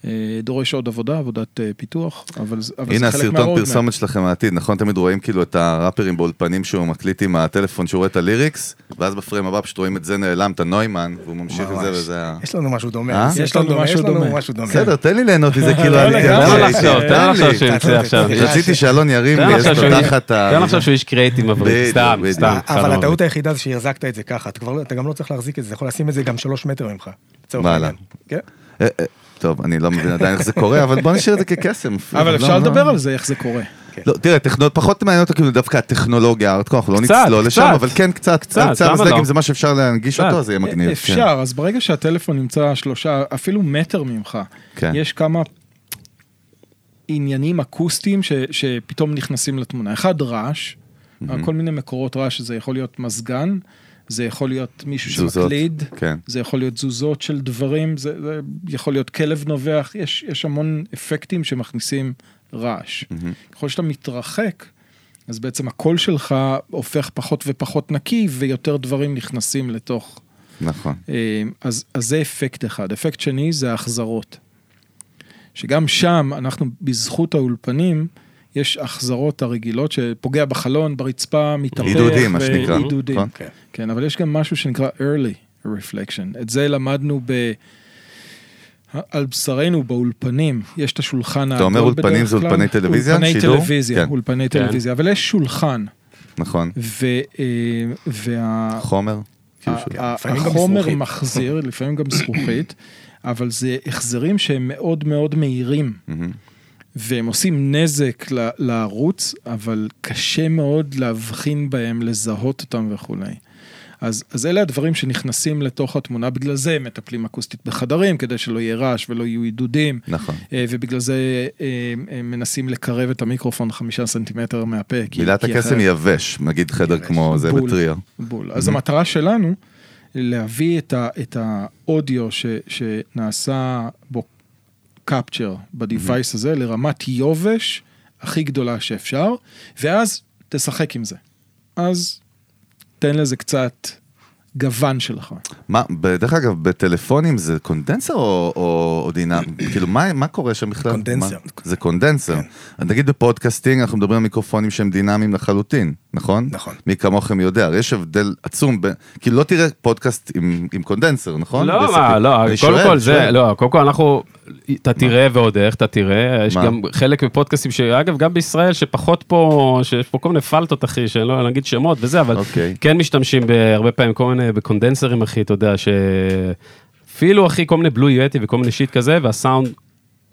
אה, דורש עוד עבודה, עבודת אה, פיתוח, אבל זה אבל זה
הנה
חלק
הסרטון
מהרודמפ.
פרסומת שלכם מהעתיד, נכון? תמיד רואים כאילו את הראפרים באולפנים שהוא מקליט עם הטלפון שהוא רואה את הליריקס, ואז בפריים הבא פשוט רואים את זה נעלם, את הנוימן, והוא ממשיך את זה
ממש.
וזה ה...
יש לנו משהו
אה?
דומה.
יש לנו משהו
יש לנו
דומה.
משהו דומה.
בסדר, אוקיי. תן לי ליהנות מזה, כאילו,
לא,
אני...
לגמרי.
תן
אני-
לו לחשוב,
תן
תן לו
לי.
לחשוב שהוא ימצא
תן
עכשיו.
לי.
רציתי שאלון ירים
תן לו
לי, יש
לחשוב שהוא-
לו תחת ה...
תן לו לחשוב שהוא איש קריאיטיב מבריק.
בדיוק,
סתם,
בדיוק.
סתם.
אבל הטעות היחידה זה שהחזקת את זה ככה, אתה כבר לא- אתה גם לא צריך להחזיק את זה, אתה יכול לשים את זה גם שלוש מטר ממך. לצורך
וואלה.
העניין. כן.
אה, אה, טוב, אני לא מבין עדיין איך זה קורה, אבל בוא נשאיר את זה כקסם. אפילו.
אבל
לא, לא.
אפשר לדבר על זה, איך זה קורה.
לא, תראה, טכנולוג, פחות מעניין אותי כאילו דווקא הטכנולוגיה, הארדקור, אנחנו לא
קצת,
נצלול לשם,
קצת.
אבל כן, קצת,
קצת,
על צד
למה
הזדג,
לא?
אם זה מה שאפשר להנגיש
קצת.
אותו, אז זה יהיה מגניב. כן.
אה, אפשר, אז ברגע שהטלפון נמצא שלושה, אפילו מטר ממך,
כן.
יש כמה עניינים אקוסטיים ש, שפתאום נכנסים לתמונה. אחד, רעש, כל מיני מקורות רעש, שזה יכול להיות מזגן, זה יכול להיות מישהו
תזוזות.
שמקליד,
כן.
זה יכול להיות תזוזות של דברים, זה, זה יכול להיות כלב נובח, יש, יש המון אפקטים שמכניסים רעש.
מהמם.
ככל שאתה מתרחק, אז בעצם הקול שלך הופך פחות ופחות נקי, ויותר דברים נכנסים לתוך...
נכון.
אה, אז, אז זה אפקט אחד. אפקט שני זה ההחזרות. שגם שם, אנחנו, בזכות האולפנים, יש החזרות הרגילות שפוגע בחלון, ברצפה, מתהפך.
עידודים, מה שנקרא.
עידודים.
נכון?
כן.
כן, אבל יש גם משהו שנקרא early reflection. את זה למדנו ב... על בשרנו באולפנים, יש את השולחן העגול
אתה אומר אולפנים
בדרך
זה
כלל.
אולפני טלוויזיה?
אולפני
שידור?
טלוויזיה,
כן.
אולפני
כן.
טלוויזיה, אבל יש שולחן,
נכון.
ו- אה, וה...
חומר? כאילו
ה-
שהוא-
ה-
לפעמים גם
החומר
זכוכית.
מחזיר, לפעמים גם זכוכית, אבל זה החזרים שהם מאוד מאוד מהירים,
מהמם.
והם עושים נזק ל- לערוץ, אבל קשה מאוד להבחין בהם, לזהות אותם וכולי. אז, אז אלה הדברים שנכנסים לתוך התמונה, בגלל זה מטפלים אקוסטית בחדרים, כדי שלא יהיה רעש ולא יהיו עידודים,
נכון.
אה, ובגלל זה אה, אה, מנסים לקרב את המיקרופון חמישה סנטימטר מהפה. כי-
מילת
כי
הקסם
אחרת-
יבש, נגיד חדר כמו זה
בול.
בטריו.
בול. אז המטרה שלנו, להביא את, ה, את האודיו ש, שנעשה בו קפצ'ר בדיווייס הזה לרמת יובש הכי גדולה שאפשר, ואז תשחק עם זה. אז תן לזה קצת גוון שלך.
מה, דרך אגב, בטלפונים זה קונדנסר או, או, או דינאמי? כאילו, מה, מה קורה שם בכלל?
קונדנסר.
מה? זה קונדנסר.
כן.
אז נגיד בפודקאסטינג אנחנו מדברים על מיקרופונים שהם דינאמיים לחלוטין, נכון?
נכון.
מי כמוכם יודע, הרי יש הבדל עצום, בין, כאילו לא תראה פודקאסט עם, עם קונדנסר, נכון?
לא,
בספר.
מה, לא,
אני
קודם
שואל,
כל זה,
שואל.
לא, קודם כל אנחנו, אתה תראה ועוד איך, אתה תראה, יש
מה?
גם חלק מפודקאסטים, שאגב, גם בישראל, שפחות פה, שיש פה כל מיני פלטות, אחי, שאני לא נגיד שמות וזה, אבל
אוקיי.
כן משתמשים בהרבה פעמים כל מיני, בקונדנסרים, אחי, אתה יודע, ש... אפילו, אחי, כל מיני בלו יטי וכל מיני שיט כזה, והסאונד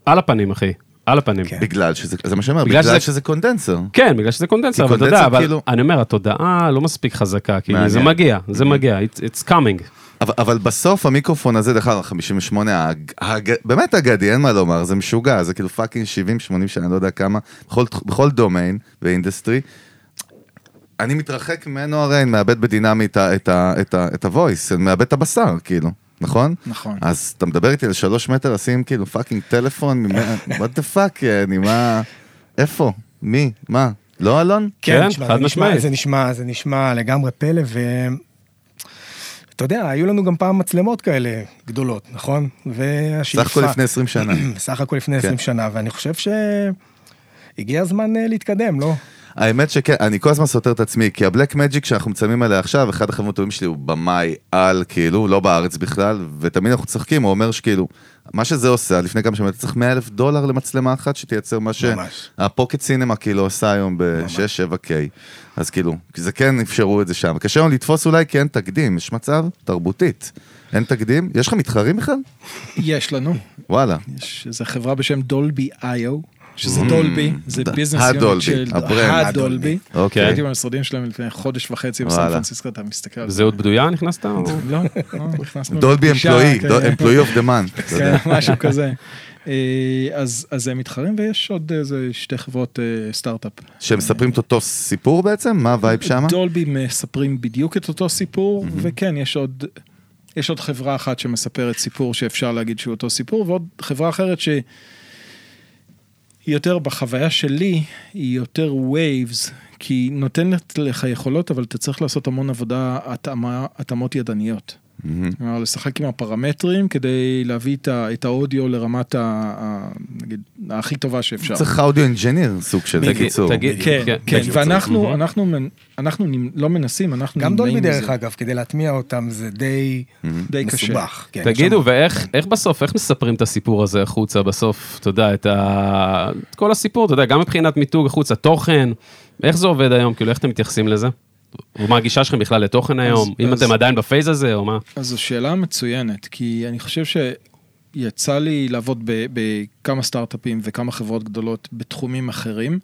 על הפנים, אחי, על הפנים.
כן.
בגלל שזה, זה מה שאני אומר,
בגלל
בגלל
שזה-
שזה, קונדנסר.
כן, בגלל שזה קונדנסר,
כי
אבל אתה יודע,
קונדנסר
אבל
כאילו-
אני אומר, התודעה לא מספיק חזקה, כי
מעניין.
זה מגיע, זה מגיע, it's- it's coming.
אבל, אבל בסוף המיקרופון הזה, דרך אגב, 58, הג, הג, באמת אגדי, אין מה לומר, זה משוגע, זה כאילו פאקינג 70, 80 שנה, לא יודע כמה, בכל, תח- בכל דומיין ואינדסטרי. אני מתרחק ממנו הרי, אני מאבד בדינמי את, ה- את, ה- את, ה- את הוויס, אני מאבד את הבשר, כאילו, נכון?
נכון.
אז אתה מדבר איתי על שלוש מטר, לשים כאילו פאקינג טלפון, וואט דה פאק, אני מה... איפה? מי? מה? לא אלון?
כן,
תשמע,
חד
זה נשמע-
משמעית.
זה נשמע, זה נשמע לגמרי פלא, ו... אתה יודע, היו לנו גם פעם מצלמות כאלה גדולות, נכון? והשאיפה...
סך הכל לפני 20 שנה.
סך הכל לפני
כן.
20 שנה, ואני חושב שהגיע הזמן אה, להתקדם, לא?
האמת שכן, אני כל הזמן סותר את עצמי, כי הבלק מג'יק שאנחנו מצלמים עליה עכשיו, אחד החברים הטובים שלי הוא במאי על, כאילו, הוא לא בארץ בכלל, ותמיד אנחנו צוחקים, הוא אומר שכאילו, מה שזה עושה, לפני כמה שנים, אתה צריך 100 אלף דולר למצלמה אחת שתייצר מה
ממש.
שהפוקט סינמה כאילו עושה היום ב-6-7K. אז כאילו, זה כן אפשרו את זה שם. קשה לנו לתפוס אולי כי אין תקדים, יש מצב תרבותית. אין תקדים? יש לך מתחרים בכלל?
יש לנו,
וואלה.
יש איזו חברה בשם דולבי איו. שזה דולבי, זה
ד-
ביזנס יונט
Mm. הדולבי,
של
הברנד.
הדולבי.
אוקיי.
הייתי במשרדים שלהם לפני חודש וחצי בסן
וואלה.
פרנסיסקו, אתה מסתכל על
זהות בדויה נכנסת? או-
לא, לא, נכנסנו
דולבי
לפגישה,
אמפלואי,
כן,
אמפלואי אוף דה מן.
כן, משהו כזה. אה, אז אז הם מתחרים ויש עוד איזה שתי חברות אה, סטארט-אפ.
שמספרים את אותו סיפור בעצם? מה הווייב שמה?
דולבי מספרים בדיוק את אותו סיפור, וכן, יש עוד... יש עוד חברה אחת שמספרת סיפור שאפשר להגיד שהוא אותו סיפור, ועוד חברה אחרת שהיא יותר בחוויה שלי, היא יותר וייבס, כי היא נותנת לך יכולות, אבל אתה צריך לעשות המון עבודה, התאמה, התאמות ידניות.
מהמם.
כלומר, לשחק עם הפרמטרים כדי להביא את, ה, את האודיו לרמת, ה, ה, נגיד, הכי טובה שאפשר.
צריך אודיו אינג'יניר סוג של
תגיד-
בקיצור.
תגיד-
כן, כן, כן,
בדיוק.
ואנחנו,
Mhm.
אנחנו, מנ- אנחנו נמ- לא מנסים, אנחנו
גם
נמנעים
דולבי דרך
מזה.
אגב, כדי להטמיע אותם זה די
די קשה.
מסובך. כן,
Mhm. תגידו,
שם-
ואיך איך בסוף, איך מספרים את הסיפור הזה החוצה בסוף, אתה יודע, את, ה... את כל הסיפור, אתה יודע, גם מבחינת מיתוג החוצה, תוכן, איך זה עובד היום, כאילו, איך אתם מתייחסים לזה? ומה הגישה שלכם בכלל לתוכן היום, אם
אז-
אתם עדיין בפייז הזה, או מה?
אז זו שאלה מצוינת, כי אני חושב שיצא לי לעבוד ב- בכמה סטארט-אפים וכמה חברות גדולות בתחומים אחרים.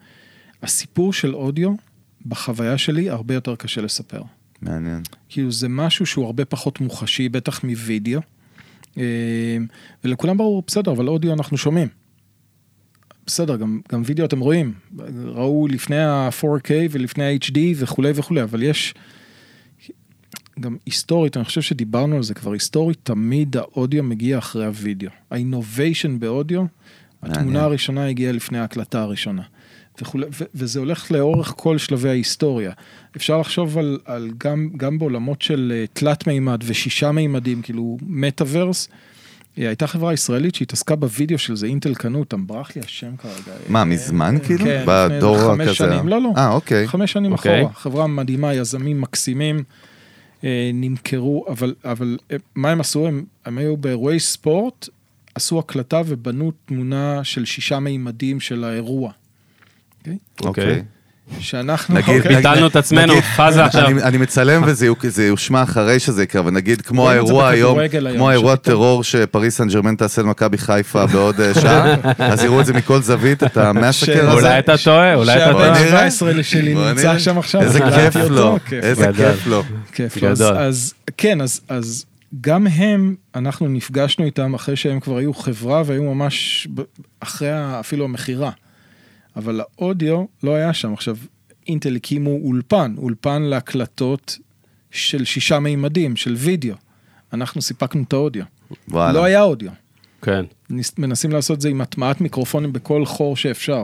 הסיפור של אודיו, בחוויה שלי, הרבה יותר קשה לספר.
מעניין.
כאילו זה משהו שהוא הרבה פחות מוחשי, בטח מווידאו. אה, ולכולם ברור, בסדר, אבל אודיו אנחנו שומעים. בסדר, גם, גם וידאו אתם רואים, ראו לפני ה-4K ולפני ה-HD וכולי וכולי, אבל יש... גם היסטורית, אני חושב שדיברנו על זה כבר, היסטורית תמיד האודיו מגיע אחרי הוידאו. האינוביישן באודיו,
מעניין.
התמונה הראשונה הגיעה לפני ההקלטה הראשונה. וכולי, ו- וזה הולך לאורך כל שלבי ההיסטוריה. אפשר לחשוב על, על גם, גם בעולמות של אה, תלת מימד ושישה מימדים, כאילו מטאוורס. אה, הייתה חברה ישראלית שהתעסקה בווידאו של זה, אינטל קנו אותם, ברח לי השם כרגע.
מה, מזמן כאילו?
אה, כן, לפני איזה
בדור
חמש
כזה?
שנים. לא, לא.
אה, אוקיי.
חמש שנים
אוקיי.
אחורה, חברה מדהימה, יזמים מקסימים, אה, נמכרו, אבל, אבל אה, מה הם עשו? הם, הם היו באירועי ספורט, עשו הקלטה ובנו תמונה של שישה מימדים של האירוע.
אוקיי.
שאנחנו...
נגיד,
אוקיי.
ביטלנו את עצמנו,
נגיד-
פאזה עכשיו.
אני, אני מצלם וזה יוק- זה יושמע אחרי שזה יקרה, אבל נגיד כמו
רואים את זה
האירוע היום,
בכדורגל היום,
כמו האירוע
שפתאום-
הטרור שפריס סן ג'רמן תעשה למכבי חיפה בעוד אה, שעה, אז יראו את זה מכל זווית, את המאסקר הזה.
אולי אתה טועה, אולי אתה
בוא
שהבן
טועה.
נראה.
ה-17 שלי
בוא
נמצא
נראה.
שם עכשיו.
איזה
אז
כיף
ראיתי
לו,
אותו, כיף
איזה
גדול.
כיף לו.
כיף. אז,
גדול.
אז כן, אז, אז גם הם, אנחנו נפגשנו איתם אחרי שהם כבר היו חברה והיו ממש ב- אחרי ה- אפילו המכירה. אבל האודיו לא היה שם. עכשיו, אינטל הקימו אולפן, אולפן להקלטות של שישה מימדים, של וידאו. אנחנו סיפקנו את האודיו.
וואלה.
לא היה אודיו.
כן.
ניס- מנסים לעשות את זה עם הטמעת מיקרופונים בכל חור שאפשר.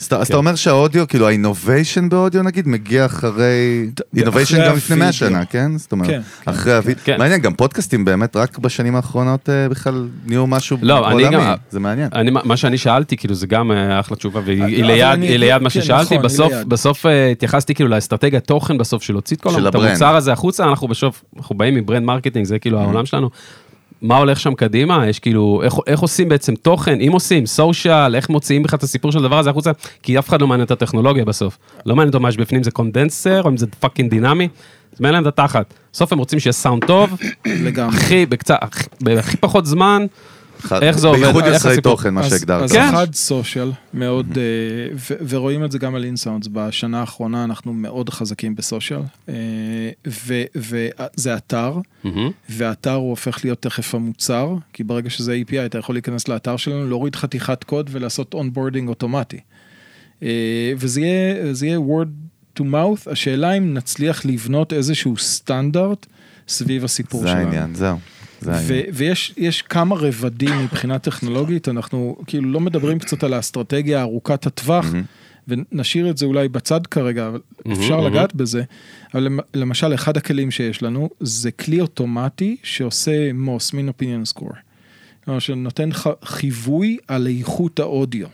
אז אתה- אז
כן.
אתה אומר שהאודיו, כאילו האינוביישן באודיו נגיד, מגיע אחרי... אינוביישן
אחרי
גם לפני 100
הוידאו.
שנה, כן? זאת אומרת,
כן,
אחרי הווידאו.
כן.
מעניין, גם פודקאסטים באמת, רק בשנים האחרונות אה, בכלל נהיו משהו
לא, אני
עולמי.
גם-
זה מעניין.
אני, מה מה שאני שאלתי, כאילו, זה גם אה, אחלה תשובה,
אבל
והיא היא ליד,
אני-
היא ליד מה
כן,
ששאלתי.
נכון, היא
בסוף,
ליד.
בסוף אה, התייחסתי כאילו לאסטרטגיה תוכן בסוף של להוציא את כל
של
המ- את
הברנד.
המוצר הזה החוצה, אנחנו בסוף, אנחנו באים מברנד מרקטינג, זה כאילו העולם שלנו. מה הולך שם קדימה? יש כאילו, איך, איך עושים בעצם תוכן, אם עושים, סושיאל, איך מוציאים בכלל את הסיפור של הדבר הזה החוצה? כי אף אחד לא מעניין את הטכנולוגיה בסוף. לא מעניין אותו מה שבפנים זה קונדנסר, או אם זה פאקינג דינמי, זה מעניין להם את התחת. בסוף הם רוצים שיהיה סאונד טוב,
לגמרי.
הכי, בקצת, הכי- בהכי פחות זמן, איך זה עובד?
בייחוד
איך
יוצרי
הסיפור?
תוכן, מה
אז-
שהגדרת. Mm-hmm.
אז
כן.
אחד סושיאל מאוד, אה, ו- ורואים את זה גם על אינסאונדס, בשנה האחרונה אנחנו מאוד חזקים בסושיאל, אה, ו- וזה אתר,
מהמם.
והאתר הוא הופך להיות תכף המוצר, כי ברגע שזה API אתה יכול להיכנס לאתר שלנו, להוריד חתיכת קוד ולעשות אונבורדינג אוטומטי. אה, וזה יהיה, זה יהיה word to mouth, השאלה אם נצליח לבנות איזשהו סטנדרט סביב הסיפור
זה
שלנו.
העניין, זהו. זה
ו-
העניין.
ויש יש כמה רבדים מבחינה טכנולוגית, אנחנו כאילו לא מדברים קצת על האסטרטגיה ארוכת הטווח, ונשאיר את זה אולי בצד כרגע, אבל אפשר
מהמם.
לגעת בזה. אבל למ- למשל, אחד הכלים שיש לנו זה כלי אוטומטי שעושה מוס, מין opinion score. כלומר, שנותן ח- חיווי על איכות האודיו.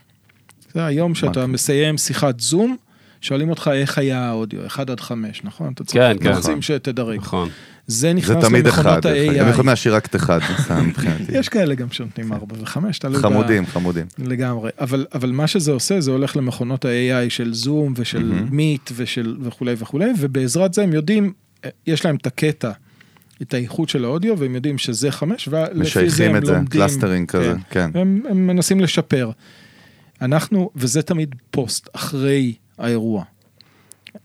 זה היום שאתה מסיים שיחת זום, שואלים אותך איך היה האודיו, 1 עד 5, נכון? אתה צריך,
כן, כן.
רוצים שתדרג.
נכון.
זה
זה
נכנס
תמיד אחד.
למכונות
דרך אגב. הם
ה-AI.
יכולים להשאיר רק את אחד, זה סתם מבחינתי.
יש כאלה גם שנותנים 4 ו-5, תלוי ב-
חמודים, חמודים.
לגמרי. אבל, אבל מה שזה עושה, זה הולך למכונות ה-AI של זום ושל מיט ושל וכולי וכולי, ובעזרת זה הם יודעים, אה, יש להם את הקטע, את האיכות של האודיו, והם יודעים שזה 5, ולפי זה
משייכים
הם
את זה,
לומדים.
קלסטרינג כזה, כן.
הם, הם מנסים לשפר. אנחנו, וזה תמיד פוסט, אחרי האירוע.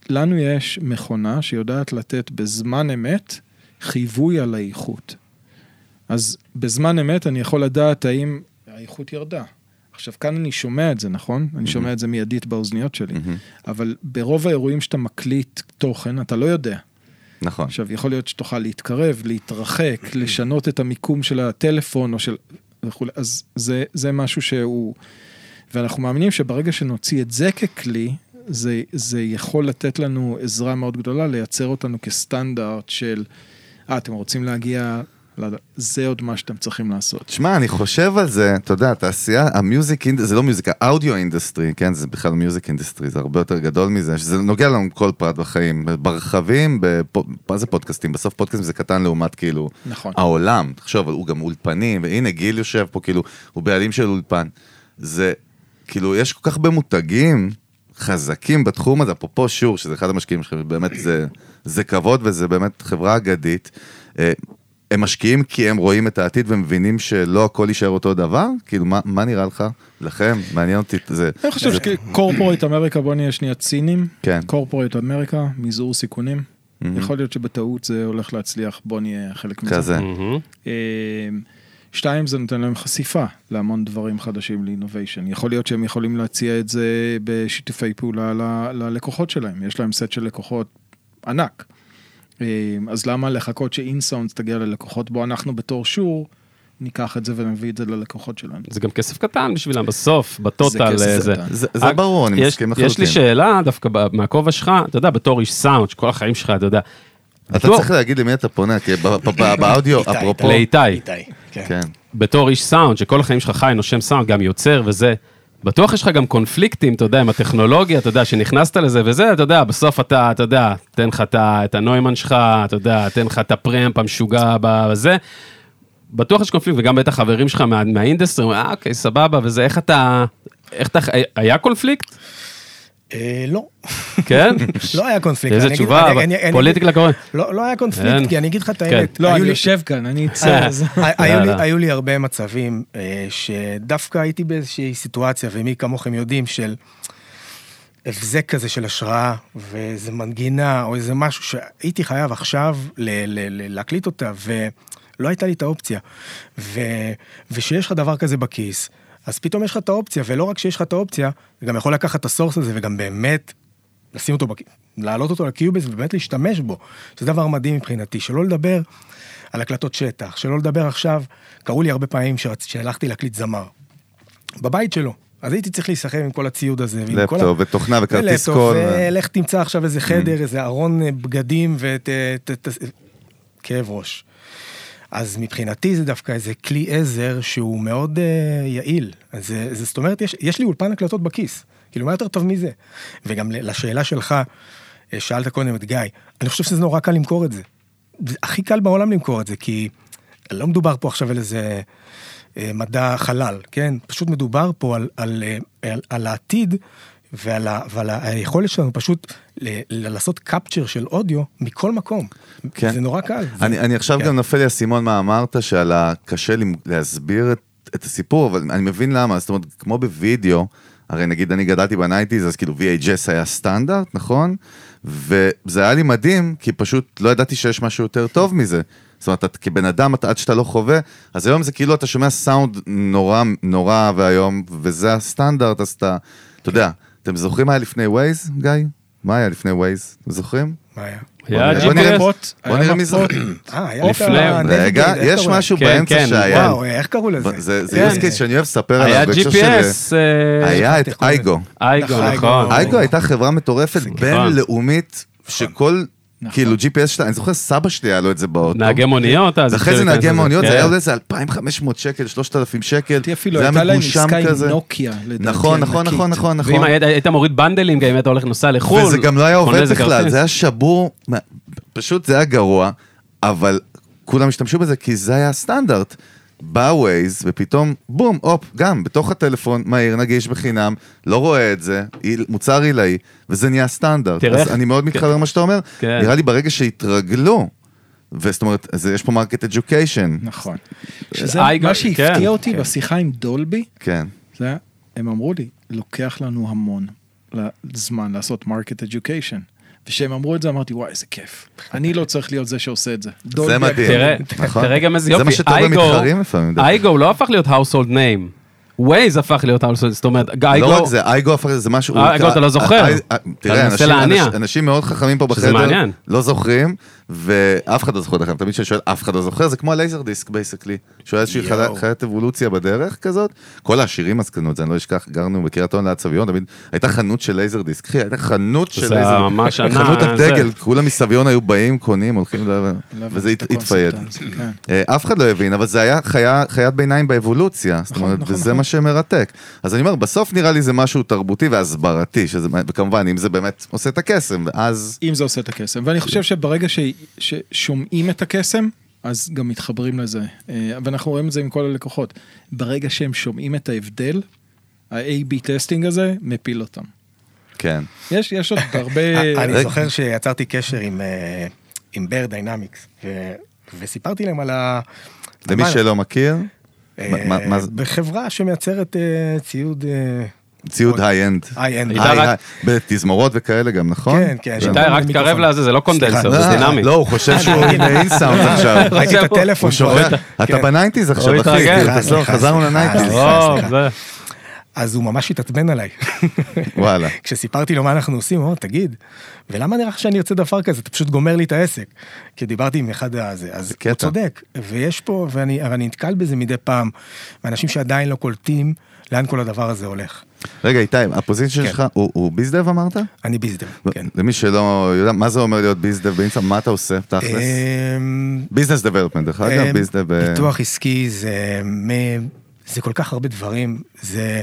לנו יש מכונה שיודעת לתת בזמן אמת חיווי על האיכות. אז בזמן אמת אני יכול לדעת האם האיכות ירדה. עכשיו, כאן אני שומע את זה, נכון? אני שומע את זה מיידית באוזניות שלי. אבל ברוב האירועים שאתה מקליט תוכן, אתה לא יודע.
נכון.
עכשיו, יכול להיות שתוכל להתקרב, להתרחק,
אוקיי.
לשנות את המיקום של הטלפון או של... וכולי, אז זה, זה משהו שהוא... ואנחנו מאמינים שברגע שנוציא את זה ככלי, זה, זה יכול לתת לנו עזרה מאוד גדולה, לייצר אותנו כסטנדרט של, אה, אתם רוצים להגיע, לא יודע, זה עוד מה שאתם צריכים לעשות.
תשמע, אני חושב על זה, אתה יודע, התעשייה, המיוזיק, אינד- זה לא מיוזיק, האודיו אינדסטרי, כן, זה בכלל מיוזיק אינדסטרי, זה הרבה יותר גדול מזה, שזה נוגע לנו כל פרט בחיים, ברכבים, בפו- מה זה פודקאסטים? בסוף פודקאסטים זה קטן לעומת כאילו,
נכון.
העולם, תחשוב, הוא גם אולפנים, והנה גיל יושב פה, כאילו, הוא בעלים של אולפן. זה, כאילו, יש כל כך הרבה מותגים חזקים בתחום הזה, אפרופו שור, שזה אחד המשקיעים שלכם, באמת זה, זה כבוד וזה באמת חברה אגדית. אה, הם משקיעים כי הם רואים את העתיד ומבינים שלא הכל יישאר אותו דבר? כאילו, מה, מה נראה לך? לכם? מעניין אותי, זה...
אני חושב
זה-
שקורפורט אמריקה, בוא נהיה שנייה ציניים.
אוקיי. כן.
קורפורט אמריקה, מזעור סיכונים. יכול להיות שבטעות זה הולך להצליח, בוא נהיה חלק מזה.
כזה.
מהמם.
אמ, שתיים, זה נותן להם חשיפה להמון דברים חדשים לאינוביישן. יכול להיות שהם יכולים להציע את זה בשיתופי פעולה ל- ללקוחות שלהם. יש להם סט של לקוחות ענק. אה, אז למה לחכות שאינסאונדס תגיע ללקוחות? בו אנחנו בתור שור ניקח את זה ונביא את זה ללקוחות שלנו.
זה גם כסף קטן בשבילם בסוף, בטוטל.
כסף
אה, זה.
קטן.
זה זה
אג-
ברור, אני
יש-
מסכים
יש לי
לחלוטין.
שאלה דווקא ב- מהכובע שלך, אתה יודע, בתור איש סאונד, שכל החיים שלך, אתה יודע.
אתה
בתור-
צריך להגיד למי אתה פונה, כי ב- ב- ב- באודיו,
איתי,
אפרופו,
לאיתי.
איתי, כן.
כן.
בתור איש סאונד, שכל החיים שלך חי, נושם סאונד, גם יוצר וזה, בטוח יש לך גם קונפליקטים, אתה יודע, עם הטכנולוגיה, אתה יודע, שנכנסת לזה וזה, אתה יודע, בסוף אתה, אתה יודע, תן לך את ה- את הנוימן שלך, אתה יודע, תן לך את הפרמפ המשוגע בזה. בטוח יש קונפליקט, וגם בטח חברים שלך מה, מהאינדסטרי, אומרים, אה, אוקיי, סבבה, וזה, איך אתה, איך אתה, היה קונפליקט?
אה, לא,
כן?
לא היה קונפליקט.
איזה
אני אגיד-
תשובה,
אני-
אבל
אני- אני-
פוליטיקלי קורקט.
לא לא היה
אין.
קונפליקט, כי אני אגיד לך את
כן.
האמת.
לא,
היו
אני
לי-
יושב כאן, אני
אה,
אצא. אז-
היו
לא,
לי-
לא.
היו לי הרבה מצבים אה, שדווקא הייתי באיזושהי סיטואציה, ומי כמוכם יודעים, של הבזק כזה של השראה, ואיזה מנגינה, או איזה משהו שהייתי חייב עכשיו ל- ל- ל- להקליט אותה, ולא הייתה לי את האופציה. ו- ושיש לך דבר כזה בכיס, אז פתאום יש לך את האופציה, ולא רק שיש לך את האופציה, אתה גם יכול לקחת את הסורס הזה, וגם באמת לשים אותו, בק- להעלות אותו לקיובייס ובאמת להשתמש בו, שזה דבר מדהים מבחינתי, שלא לדבר על הקלטות שטח, שלא לדבר עכשיו, קראו לי הרבה פעמים שרצ- שהלכתי להקליט זמר, בבית שלו, אז הייתי צריך להיסחב עם כל הציוד הזה, ועם כל ה- אה,
לפטופ ותוכנה וכרטיס
ולפטופ,
קול. ו- Mm.
ולך תמצא עכשיו איזה חדר, איזה ארון אה, בגדים ואת... אה, ת- ת- כאב ראש. אז מבחינתי זה דווקא איזה כלי עזר שהוא מאוד אה, יעיל. אז זה, זה, זאת אומרת, יש, יש לי אולפן הקלטות בכיס. כאילו, מה יותר טוב מזה? וגם ל- לשאלה שלך, אה, שאלת קודם את גיא, אני חושב שזה נורא קל למכור את זה. זה הכי קל בעולם למכור את זה, כי לא מדובר פה עכשיו על איזה אה, מדע חלל, כן? פשוט מדובר פה על, על, אה, על, על העתיד ועל, ה, ועל ה- היכולת שלנו פשוט ל, ל, לעשות קפצ'ר של אודיו מכל מקום.
כן.
זה נורא קל.
אני,
זה...
אני עכשיו
כן.
גם נופל לי האסימון מה אמרת, שעל הקשה לי להסביר את, את הסיפור, אבל אני מבין למה, זאת אומרת, כמו בווידאו, הרי נגיד אני גדלתי בנייטיז, אז כאילו VHS היה סטנדרט, נכון? וזה היה לי מדהים, כי פשוט לא ידעתי שיש משהו יותר טוב מזה. זאת אומרת, את, כבן אדם, אתה, עד שאתה לא חווה, אז היום זה כאילו אתה שומע סאונד נורא נורא ואיום, וזה הסטנדרט, אז אתה, אתה יודע, אתם זוכרים מה היה לפני ווייז, גיא? מה היה לפני ווייז? אתם זוכרים?
מה היה?
היה
בוא נראה-
GPS.
מפות,
בוא
היה
נראה מי
מפות.
אה, היה את
לפני-
ה-
רגע,
נביגייט, איך
יש
קראו לזה?
משהו
כן,
באמצע
כן,
שהיה.
וואו, איך קראו לזה?
זה
כן.
זה use case שאני אוהב לספר עליו.
היה
בהקשר של-
GPS. אה,
היה את
איך קוראים
אייגו.
אייגו,
נכון.
נכון.
אי-
אייגו הייתה חברה מטורפת
נכון.
בינלאומית, שכל, כאילו GPS שלה, אני זוכר סבא שלי היה לו את זה באוטו.
נהגי מוניות, אז...
אחרי זה
יותר
נהגי
ייכנס לזה.
מוניות, זה
כן.
היה עוד איזה 2,500 שקל, 3,000 שקל,
לדעתי אפילו
זה היה
הייתה להם
מגושם
עסקה עם
כזה.
נוקיה, לדעתי
נכון, נכון,
ענקית.
נכון, נכון, נכון.
ואם היית- היית מוריד בנדלים, גם אם אתה הולך נוסע לחו"ל.
וזה גם לא היה
קונה
עובד
איזה
בכלל,
כרטיס.
זה היה שבור, מה- פשוט זה היה גרוע, אבל כולם השתמשו בזה כי זה היה הסטנדרט. בא ווייז, ופתאום, בום, הופ, גם, בתוך הטלפון, מהיר, נגיש בחינם, לא רואה את זה, עיל- מוצר עילאי, וזה נהיה סטנדרט.
תראה
אז
איך-
אני מאוד מתחבר למה שאתה אומר,
כן.
נראה לי ברגע שהתרגלו, וזאת אומרת, אז יש פה מרקט אדיוקיישן,
נכון. שזה
אייגו, כן,
מה שהפתיע אותי בשיחה עם דולבי,
כן.
זה היה, הם אמרו לי, לוקח לנו המון זמן לעשות מרקט אדיוקיישן. וכשהם אמרו את זה אמרתי, וואי, איזה כיף. אני לא צריך להיות זה שעושה את זה. דולבי
מדהים.
הגדול.
תראה,
נכון.
תראה גם איזה
זה מה
יופי,
שתורם מתחרים לפעמים, דרך
אייגו לא הפך להיות household name, ווייז הפך להיות household, זאת אומרת,
לא רק
אייגו,
זה, אייגו הפך לזה משהו...
אה, אייגו, אתה לא זוכר.
אה, אה, תראה,
אתה מנסה
אנשים-
להניע.
אנש- אנשים מאוד חכמים פה
שזה
בחדר,
מעניין.
לא זוכרים, ואף אחד לא זוכר לכם, תמיד כשאני שואל, אף אחד לא זוכר, זה כמו הלייזר דיסק בייסקלי, שהוא היה איזושהי
יואו.
חי- חיית אבולוציה בדרך כזאת, כל העשירים אז קנו את זה, אני לא אשכח, גרנו בקריית און ליד סביון, תמיד הייתה חנות של לייזר דיסק, אחי, הייתה חנות של
זה
לייזר
ממש ענק,
חנות
זה.
הדגל, כולם מסביון היו באים, קונים, הולכים, ל-
לא הבנתי
וזה
את
הת-
הקונספט
התפייד.
הזה, כן.
אה, אף אחד לא הבין, אבל זה היה חיה, חיית ביניים באבולוציה, זאת אומרת,
נכון,
וזה
נכון.
מה שמרתק. אז אני אומר, בסוף נראה לי זה משהו תרבותי והסברתי, שזה, וכמובן, אם זה באמת עושה את הקסם, ואז...
אם זה עושה את הקסם. ואני חושב שברגע ש- ששומעים את הקסם, אז גם מתחברים לזה. אה, ואנחנו רואים את זה עם כל הלקוחות. ברגע שהם שומעים את ההבדל, ה-AB טסטינג הזה מפיל אותם.
כן.
יש, יש עוד הרבה...
אני
רגע.
זוכר שיצרתי קשר עם, אה, עם בר דיינמיקס, ו- וסיפרתי להם על ה...
למי
על מה-
שלא מכיר,
אה,
מה- מה- מה זה?
בחברה שמייצרת אה, ציוד
ציוד היי-אנד.
איי-אנד.
איתי רק-
בתזמורות וכאלה גם, נכון?
כן, כן,
זה-
איתי רק תקרב לזה, זה לא קונדנסר, זה
אה,
דינמי.
לא, הוא חושב שהוא אינסאונד עכשיו.
ראיתי את הטלפון
הוא
פה.
שוחט, אתה בניינטיז עכשיו, אחי,
התרגל.
תחזור,
סליחה,
חזרנו
סליחה,
לניינטיז.
סליחה,
או,
סליחה.
לא, זה-
אז הוא ממש התעצבן עליי.
וואלה.
כשסיפרתי לו מה אנחנו עושים, הוא אמר, תגיד, ולמה נראה לך שאני יוצא דבר כזה? אתה פשוט גומר לי את העסק. כי דיברתי עם אחד הזה, אז
קטע.
הוא צודק. ויש פה, ואני, אבל אני נתקל בזה מדי פעם, מאנשים שעדיין לא קולטים לאן כל הדבר הזה הולך.
רגע, איתי, הפוזיציה
כן.
שלך, הוא הוא ביזדב אמרת?
אני ביזדם, כן.
למי שלא יודע, מה זה אומר להיות ביזדב באינסטגרם? מה אתה עושה, תכלס?
אה,
אמ,
ביזנס דבלפמנט, דרך אגב,
אמ,
ביזדב... אה,
פיתוח עסקי זה, מ- זה כל כך הרבה דברים, זה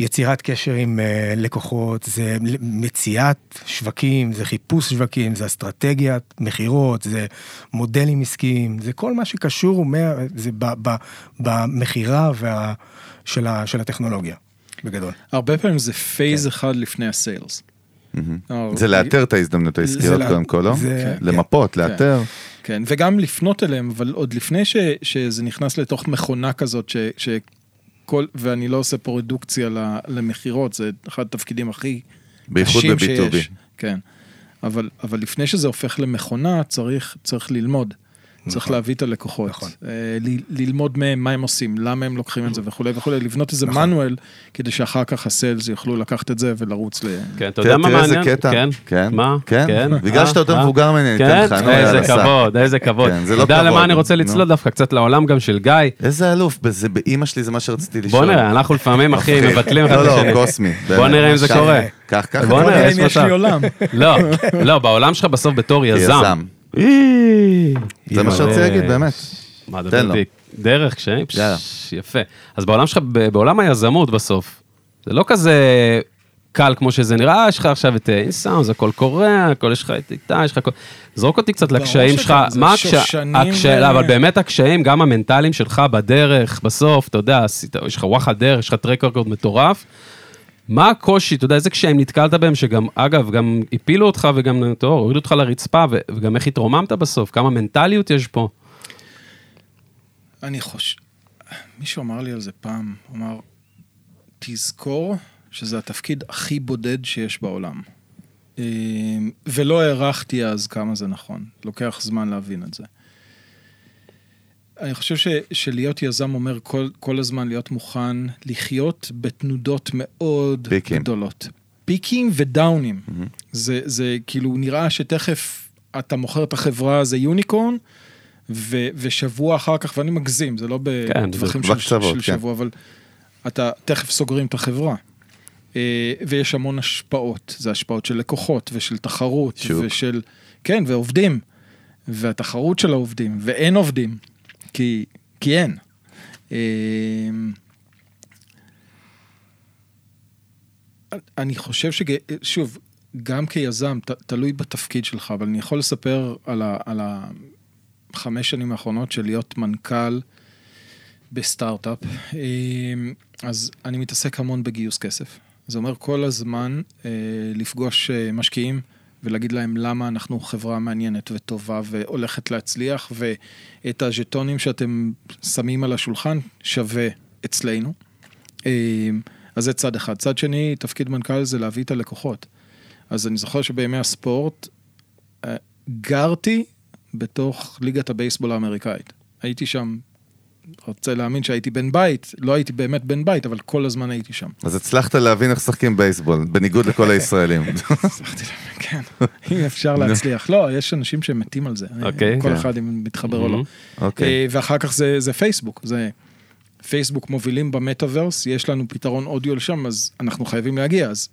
יצירת קשר עם אה, לקוחות, זה ל- מציאת שווקים, זה חיפוש שווקים, זה אסטרטגיית מכירות, זה מודלים עסקיים, זה כל מה שקשור מה, זה ב, ב, במכירה וה, של, ה, של הטכנולוגיה, בגדול.
הרבה פעמים זה פייז אחד לפני אה, הסיילס.
כן. מהמם.
אבל-
אוקיי.
זה לאתר את ההזדמנויות העסקיות
זה-
קודם כל, לא?
זה-
כן.
למפות, לאתר.
כן, וגם לפנות אליהם, אבל עוד לפני ש, שזה נכנס לתוך מכונה כזאת, ש, שכל, ואני לא עושה פה רדוקציה ל- למכירות, זה אחד התפקידים הכי
בייחוד
קשים
ב-B2B.
שיש. כן, אבל, אבל לפני שזה הופך למכונה, צריך, צריך ללמוד. צריך להביא את הלקוחות,
נכון.
אה, ל- ללמוד מהם מה הם עושים, למה הם לוקחים את זה וכולי וכולי, לבנות איזה
נכון.
מנואל, כדי שאחר כך הסיילס יוכלו לקחת את זה ולרוץ ל...
כן, אתה יודע
תראה
מה
תראה איזה
מעניין?
קטע.
כן,
כן,
מה?
כן.
אה,
בגלל שאתה יותר
אה.
מבוגר ממני, אני אתן
כן,
לך. נו,
איזה
יאללה, סע.
כבוד, איזה כבוד.
כן, זה לא
אתה יודע
כבוד,
למה אני רוצה
נו.
לצלול דווקא קצת לעולם גם של גיא.
איזה אלוף, זה באימא שלי זה מה שרציתי לשאול.
בוא נראה, אנחנו לפעמים אחי
מפחיד.
מבטלים אחד
לא,
את
לא,
השני.
קוסמי.
בוא נראה אם זה
עכשיו,
קורה.
קח, קח.
בוא
את זה.
נראה,
אם יש לי
מצב.
עולם.
לא, לא, בעולם שלך בסוף בתור יזם.
יזם.
אי,
זה מה שרציתי
אה,
להגיד, באמת.
מה,
תן
דבר
לו.
איתי. דרך קשיים? פש,
יאללה.
יפה. אז בעולם שלך, ב- בעולם היזמות בסוף, זה לא כזה קל כמו שזה נראה, יש לך עכשיו את אינסאונד, הכל קורה, הכל יש לך את איתה, יש לך הכל... זרוק אותי קצת לקשיים שלך,
שכן, זה
מה הקשיים?
שושנים
הקשה... לא,
ו-
אבל באמת הקשיים, גם המנטליים שלך בדרך, בסוף, אתה יודע, עשית- יש לך וואחד דרך, יש לך טרק רקורד מטורף. מה הקושי, אתה יודע, איזה קשיים נתקלת בהם, שגם, אגב, גם הפילו אותך וגם, אתה יודע, הורידו אותך לרצפה, ו- וגם איך התרוממת בסוף, כמה מנטליות יש פה.
אני חושב... מישהו אמר לי על זה פעם, הוא אמר, תזכור שזה התפקיד הכי בודד שיש בעולם. אמ, ולא הערכתי אז כמה זה נכון, לוקח זמן להבין את זה. אני חושב ש, שלהיות יזם אומר כל, כל הזמן להיות מוכן לחיות בתנודות מאוד
פיקים.
גדולות. פיקים ודאונים. זה, זה כאילו נראה שתכף אתה מוכר את החברה, זה יוניקורן, ו, ושבוע אחר כך, ואני מגזים, זה לא
כן,
בטווחים
זה
של,
בקצוות,
של
כן.
שבוע, אבל אתה תכף סוגרים את החברה. אה, ויש המון השפעות, זה השפעות של לקוחות ושל תחרות,
שוק.
ושל, כן, ועובדים, והתחרות של העובדים, ואין עובדים, כי, כי אין. אה, אני חושב ש... שוב, גם כיזם, ת, תלוי בתפקיד שלך, אבל אני יכול לספר על, ה, על החמש שנים האחרונות של להיות מנכ"ל בסטארט-אפ. אמ, אז אני מתעסק המון בגיוס כסף. זה אומר כל הזמן אה, לפגוש אה, משקיעים ולהגיד להם למה אנחנו חברה מעניינת וטובה והולכת להצליח, ואת הז'טונים שאתם שמים על השולחן שווה אצלנו. אמ, אז זה צד אחד. צד שני, תפקיד מנכ"ל זה להביא את הלקוחות. אז אני זוכר שבימי הספורט אה, גרתי בתוך ליגת הבייסבול האמריקאית. הייתי שם, רוצה להאמין שהייתי בן בית, לא הייתי באמת בן בית, אבל כל הזמן הייתי שם.
אז הצלחת להבין איך משחקים בייסבול, בניגוד לכל הישראלים.
הצלחתי להם, כן, אם אפשר להצליח. לא, יש אנשים שמתים על זה.
אוקיי.
כל
כן.
אחד אם מתחבר
Mm-hmm.
או לא.
אוקיי.
אה, ואחר כך זה, זה פייסבוק, זה פייסבוק מובילים במטאוורס, יש לנו פתרון אודיו לשם, אז אנחנו חייבים להגיע אז.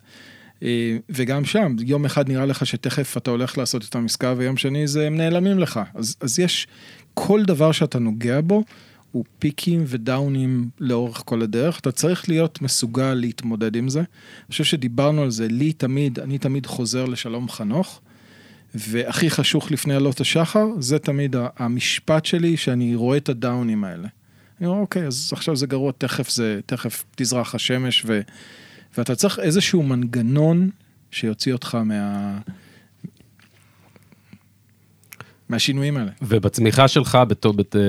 אה, וגם שם, יום אחד נראה לך שתכף אתה הולך לעשות את המסקה, ויום שני זה הם נעלמים לך. אז, אז יש כל דבר שאתה נוגע בו, הוא פיקים ודאונים לאורך כל הדרך. אתה צריך להיות מסוגל להתמודד עם זה. אני חושב שדיברנו על זה, לי תמיד, אני תמיד חוזר לשלום חנוך. והכי חשוך לפני עלות השחר, זה תמיד ה- המשפט שלי, שאני רואה את הדאונים האלה. אני אומר, אוקיי, אז עכשיו זה גרוע, תכף זה, תכף תזרח השמש, ו... ואתה צריך איזשהו מנגנון שיוציא אותך מה... מהשינויים האלה.
ובצמיחה שלך, בתור, בת, אה,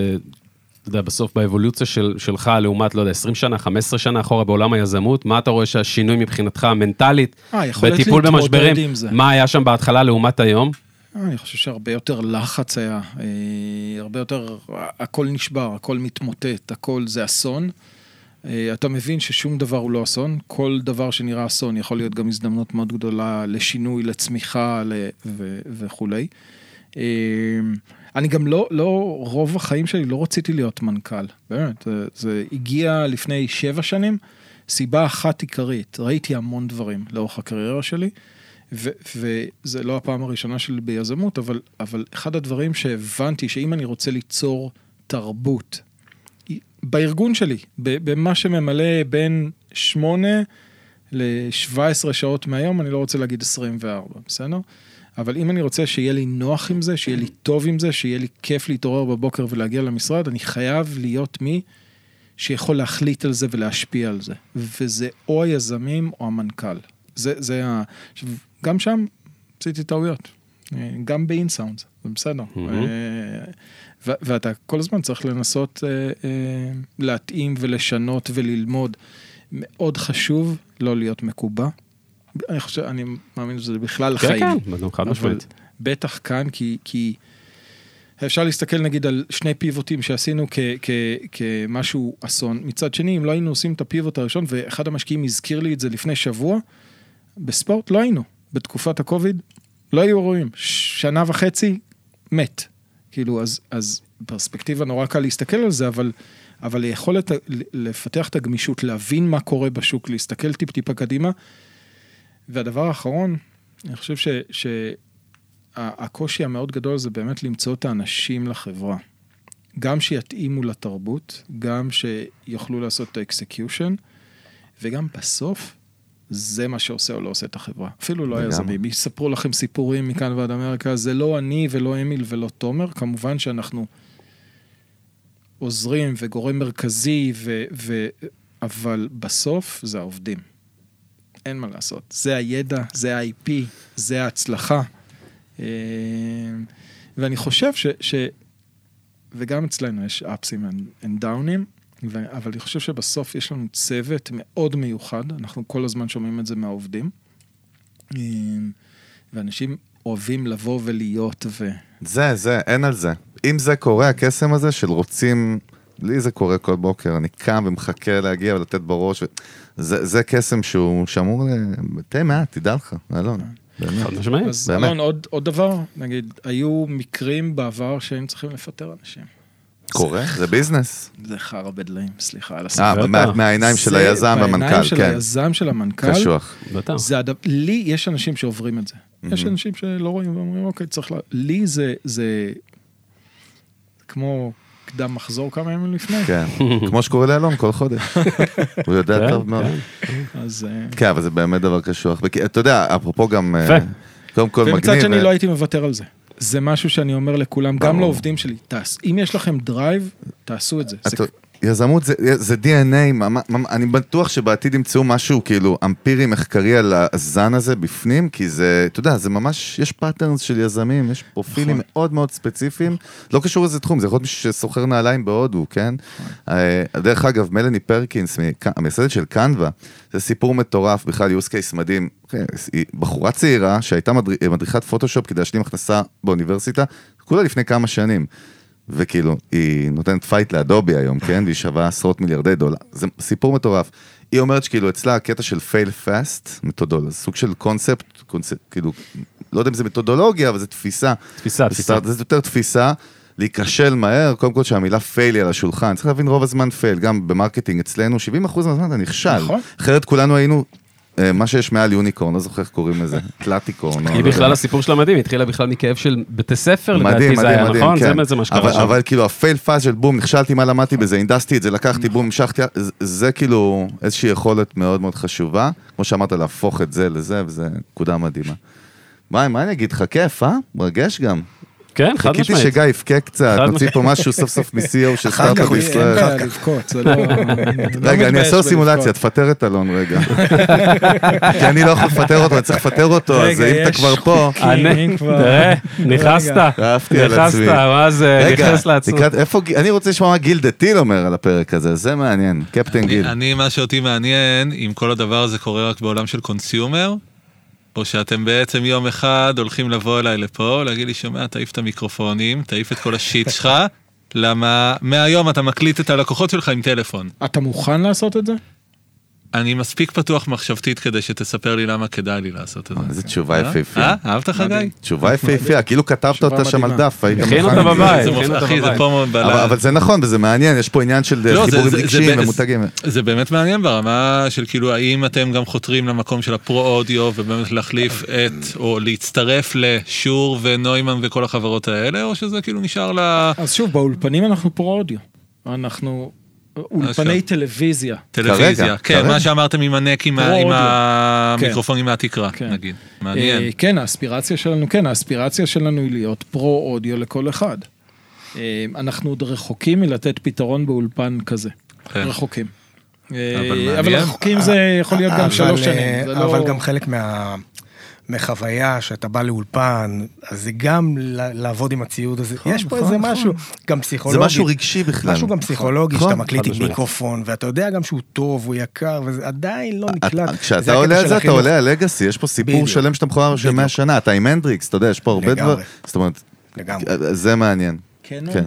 אתה יודע, בסוף באבולוציה של, שלך לעומת, לא יודע, 20 שנה, 15 שנה אחורה בעולם היזמות, מה אתה רואה שהשינוי מבחינתך המנטלית,
אה, יכולת
בטיפול
להתמודד
במשברים,
עם זה.
מה היה שם בהתחלה לעומת היום?
אה, אני חושב שהרבה יותר לחץ היה, אה, הרבה יותר, הכל נשבר, הכל מתמוטט, הכל זה אסון. אה, אתה מבין ששום דבר הוא לא אסון, כל דבר שנראה אסון יכול להיות גם הזדמנות מאוד גדולה לשינוי, לצמיחה ל... ו... וכולי. אה, אני גם לא, לא, רוב החיים שלי לא רציתי להיות מנכ"ל, באמת, זה, זה הגיע לפני שבע שנים, סיבה אחת עיקרית, ראיתי המון דברים לאורך הקריירה שלי, ו, וזה לא הפעם הראשונה שלי ביזמות, אבל, אבל אחד הדברים שהבנתי, שאם אני רוצה ליצור תרבות, בארגון שלי, ב- במה שממלא בין 8 ל-17 שעות מהיום, אני לא רוצה להגיד 24, בסדר? אבל אם אני רוצה שיהיה לי נוח עם זה, שיהיה לי טוב עם זה, שיהיה לי כיף להתעורר בבוקר ולהגיע למשרד, אני חייב להיות מי שיכול להחליט על זה ולהשפיע על זה. וזה או היזמים או המנכ"ל. זה, זה ה... עכשיו, גם שם עשיתי טעויות. אה, גם באינסאונד, זה בסדר. אה, ו- ואתה כל הזמן צריך לנסות אה, אה, להתאים ולשנות וללמוד. מאוד חשוב לא להיות מקובע. אני חושב, אני מאמין שזה בכלל
כן,
חיים.
כן, נו, חד
אבל
משמעית.
בטח כאן, כי, כי אפשר להסתכל נגיד על שני פיבוטים שעשינו כ, כ, כמשהו אסון. מצד שני, אם לא היינו עושים את הפיבוט הראשון, ואחד המשקיעים הזכיר לי את זה לפני שבוע, בספורט לא היינו. בתקופת הקוביד לא היו אירועים. שנה וחצי, מת. כאילו, אז, אז פרספקטיבה נורא קל להסתכל על זה, אבל, אבל היכולת ל- לפתח את הגמישות, להבין מה קורה בשוק, להסתכל טיפ-טיפה קדימה. והדבר האחרון, אני חושב ש... ש... ה- הקושי המאוד גדול זה באמת למצוא את האנשים לחברה. גם שיתאימו לתרבות, גם שיוכלו לעשות את האקסקיושן, וגם בסוף, זה מה שעושה או לא עושה את החברה. אפילו לא
לגמרי.
היזמים. יספרו לכם סיפורים מכאן ועד אמריקה, זה לא אני ולא אמיל ולא תומר, כמובן שאנחנו עוזרים וגורם מרכזי, ו... ו... אבל בסוף זה העובדים. אין מה לעשות. זה הידע, זה ה-IP, זה ההצלחה. אה, ואני חושב ש... ש... וגם אצלנו יש אפסים ודאונים, ו... אבל אני חושב שבסוף יש לנו צוות מאוד מיוחד, אנחנו כל הזמן שומעים את זה מהעובדים. אה, ואנשים אוהבים לבוא ולהיות ו...
זה, זה, אין על זה. אם זה קורה, הקסם הזה של רוצים, לי זה קורה כל בוקר, אני קם ומחכה להגיע ולתת בראש, ו... זה, זה קסם שהוא שאמור, ל- תה מעט, תדע לך, אלון. באמת.
חד משמעית.
אז
אה, באמת.
אלון, עוד, עוד דבר, נגיד, היו מקרים בעבר שהיינו צריכים לפטר אנשים.
קורה, זה ביזנס.
זה חרא בדליים, סליחה על
אה,
בטח.
מה- מהעיניים של היזם
בעיניים
והמנכ"ל,
של
כן.
היזם, של המנכ"ל.
קשוח.
בטח.
זה
אוקיי.
הדבר, לי יש אנשים שעוברים את זה. יש אנשים שלא רואים ואומרים, אוקיי, צריך ל... לי זה, זה כמו קדם מחזור כמה ימים לפני,
כן, כמו שקורה לאלון כל חודש. הוא יודע
כן,
טוב מאוד.
כן.
אז... אה,
כן, אבל זה באמת דבר קשוח. וכי- אתה יודע, אפרופו גם... אה,
יפה.
קודם כל מגניב. אה,
ומצד שני
ו-
לא הייתי מוותר על זה. זה משהו שאני אומר לכולם, גם
ברור.
לעובדים שלי, תעש, אם יש לכם דרייב, תעשו את זה. זה
אתה- יזמות זה, זה DNA, ממ- ממ- אני בטוח שבעתיד ימצאו משהו כאילו אמפירי מחקרי על הזן הזה בפנים, כי זה, אתה יודע, זה ממש, יש פאטרנס של יזמים, יש פרופילים
נכון.
מאוד מאוד ספציפיים, לא קשור לאיזה תחום, זה יכול להיות מישהו שסוחר נעליים בהודו, כן?
נכון.
אה, דרך אגב, מלאני פרקינס, מק- המייסדת של קנווה, זה סיפור מטורף, בכלל use case מדהים. כן, היא בחורה צעירה שהייתה מדריך- מדריכת פוטושופ כדי להשלים הכנסה באוניברסיטה, כולה לפני כמה שנים. וכאילו, היא נותנת פייט לאדובי היום, כן? והיא שווה עשרות מיליארדי דולר. זה סיפור מטורף. היא אומרת שכאילו אצלה הקטע של fail fast, מתודולוגיה, סוג של קונספט, קונספט, כאילו, לא יודע אם זה מתודולוגיה, אבל זה תפיסה.
תפיסה, תפיסה.
בסטארט- זה יותר תפיסה, להיכשל מהר, קודם כל שהמילה פייל היא על השולחן. צריך להבין רוב הזמן פייל, גם במרקטינג אצלנו, 70% מהזמן אתה נכשל.
נכון.
אחרת כולנו היינו, אה, מה שיש מעל יוניקורן, לא זוכר איך קוראים לזה, תלת-איקורן. או
היא
לא יודע.
בכלל הסיפור שלה מדהים, היא התחילה בכלל מכאב של בתי ספר,
מדהים,
לדעתי זה
מדהים,
היה,
מדהים,
נכון?
כן.
זה מה- זה מה שקרה
אבל-
שם.
אבל כאילו הפייל פאז של בום, נכשלתי, מה למדתי בזה, הנדסתי את זה, לקחתי, בום, המשכתי, זה- זה כאילו איזושהי יכולת מאוד מאוד חשובה. כמו שאמרת, להפוך את זה לזה, וזה נקודה מדהימה. מה, מה אני אגיד לך, כיף, אה? מרגש גם.
כן, חד
חיכיתי
משמעית.
שגיא יבכה קצת,
חד
נוציא פה משהו סוף סוף מ-CO של סטארט-אפ
כך הוא
בישראל.
יהיה.
אין בעיה לבכות, זה לא... לא
רגע, אני אעשה
מתבייש
לו
בלבכות.
סימולציה, תפטר את אלון רגע. כי אני לא יכול לפטר אותו, אני צריך לפטר אותו, אז
רגע,
אם אתה
יש
כבר פה...
אה,
כי
נה-
אם כבר-
תראה, נכנסת,
אהבתי על עצמי.
נכנסת, מה זה,
רגע,
נכנס לעצמו.
לקראת איפה, גיל- אני רוצה לשמוע מה גיל דתיל אומר על הפרק הזה, זה מעניין, קפטן כן, גיל.
אני- אני, מה שאותי מעניין, אם כל הדבר הזה קורה רק בעולם של קונסיומר, או שאתם בעצם יום אחד הולכים לבוא אליי לפה, להגיד לי, שומע, תעיף את המיקרופונים, תעיף את כל השיט שלך, למה מהיום אתה מקליט את הלקוחות שלך עם טלפון.
אתה מוכן לעשות את זה?
אני מספיק פתוח מחשבתית כדי שתספר לי למה כדאי לי לעשות את זה.
איזה תשובה
אה?
יפהפייה.
אה? אהבת חגי?
תשובה יפהפייה, כאילו כתבת
תשובה
אותה שם על
מדהימה.
דף. היית
הכין
מוכן
אותה
עם זה.
בבית.
זה
כן,
מופ-
אתה
אחי, זה
בבית.
פה
אבל-
בלה-
אבל זה נכון, וזה מעניין, יש פה עניין של
לא,
אה,
זה-
חיבורים
זה- זה-
רגשיים
זה-
ומותגים.
זה באמת מעניין ברמה של כאילו האם אתם גם חותרים למקום של הפרו אודיו ובאמת להחליף את או להצטרף לשור ונוימן וכל החברות האלה או שזה כאילו נשאר
אז שוב, באולפנים אנחנו פרו אודיו. אנחנו אולפני
עכשיו.
טלוויזיה.
כרגע,
לטלוויזיה. כן,
כרגע.
מה שאמרתם עם הנק עם
פרו
ה- עם
אודיו.
המיקרופונים מהתקרה
כן.
נגיד.
אה,
מעניין.
כן, האספירציה שלנו, כן, האספירציה שלנו היא להיות פרו אודיו לכל אחד. אה, אנחנו עוד רחוקים מלתת פתרון באולפן כזה.
כן.
רחוקים. אה,
מעניין.
אבל רחוקים זה יכול להיות גם
אבל,
שלוש
אה,
שנים. זה לא-
אבל גם חלק מה... מחוויה שאתה בא לאולפן, אז זה גם ל- לעבוד עם הציוד הזה, יש פה
נכון,
איזה
נכון.
משהו, גם
זה
פסיכולוגי.
משהו רגשי בכלל.
משהו גם פסיכולוגי,
נכון,
שאתה
חד
מקליט עם
משמעית.
מיקרופון, ואתה יודע גם שהוא טוב, הוא יקר, וזה עדיין לא נקלט.
את-
זה
אה, כשאתה
הקטע
עולה על
של
זה, אתה
החינוך.
עולה על לגאסי, יש פה סיפור
בדיוק.
שלם שאתה מחובר של
בדיוק.
100 שנה, אתה עם הנדריקס, אתה יודע, יש פה הרבה
לגמרי.
דברים. זאת אומרת,
לגמרי.
זה מעניין.
קנון?
כן.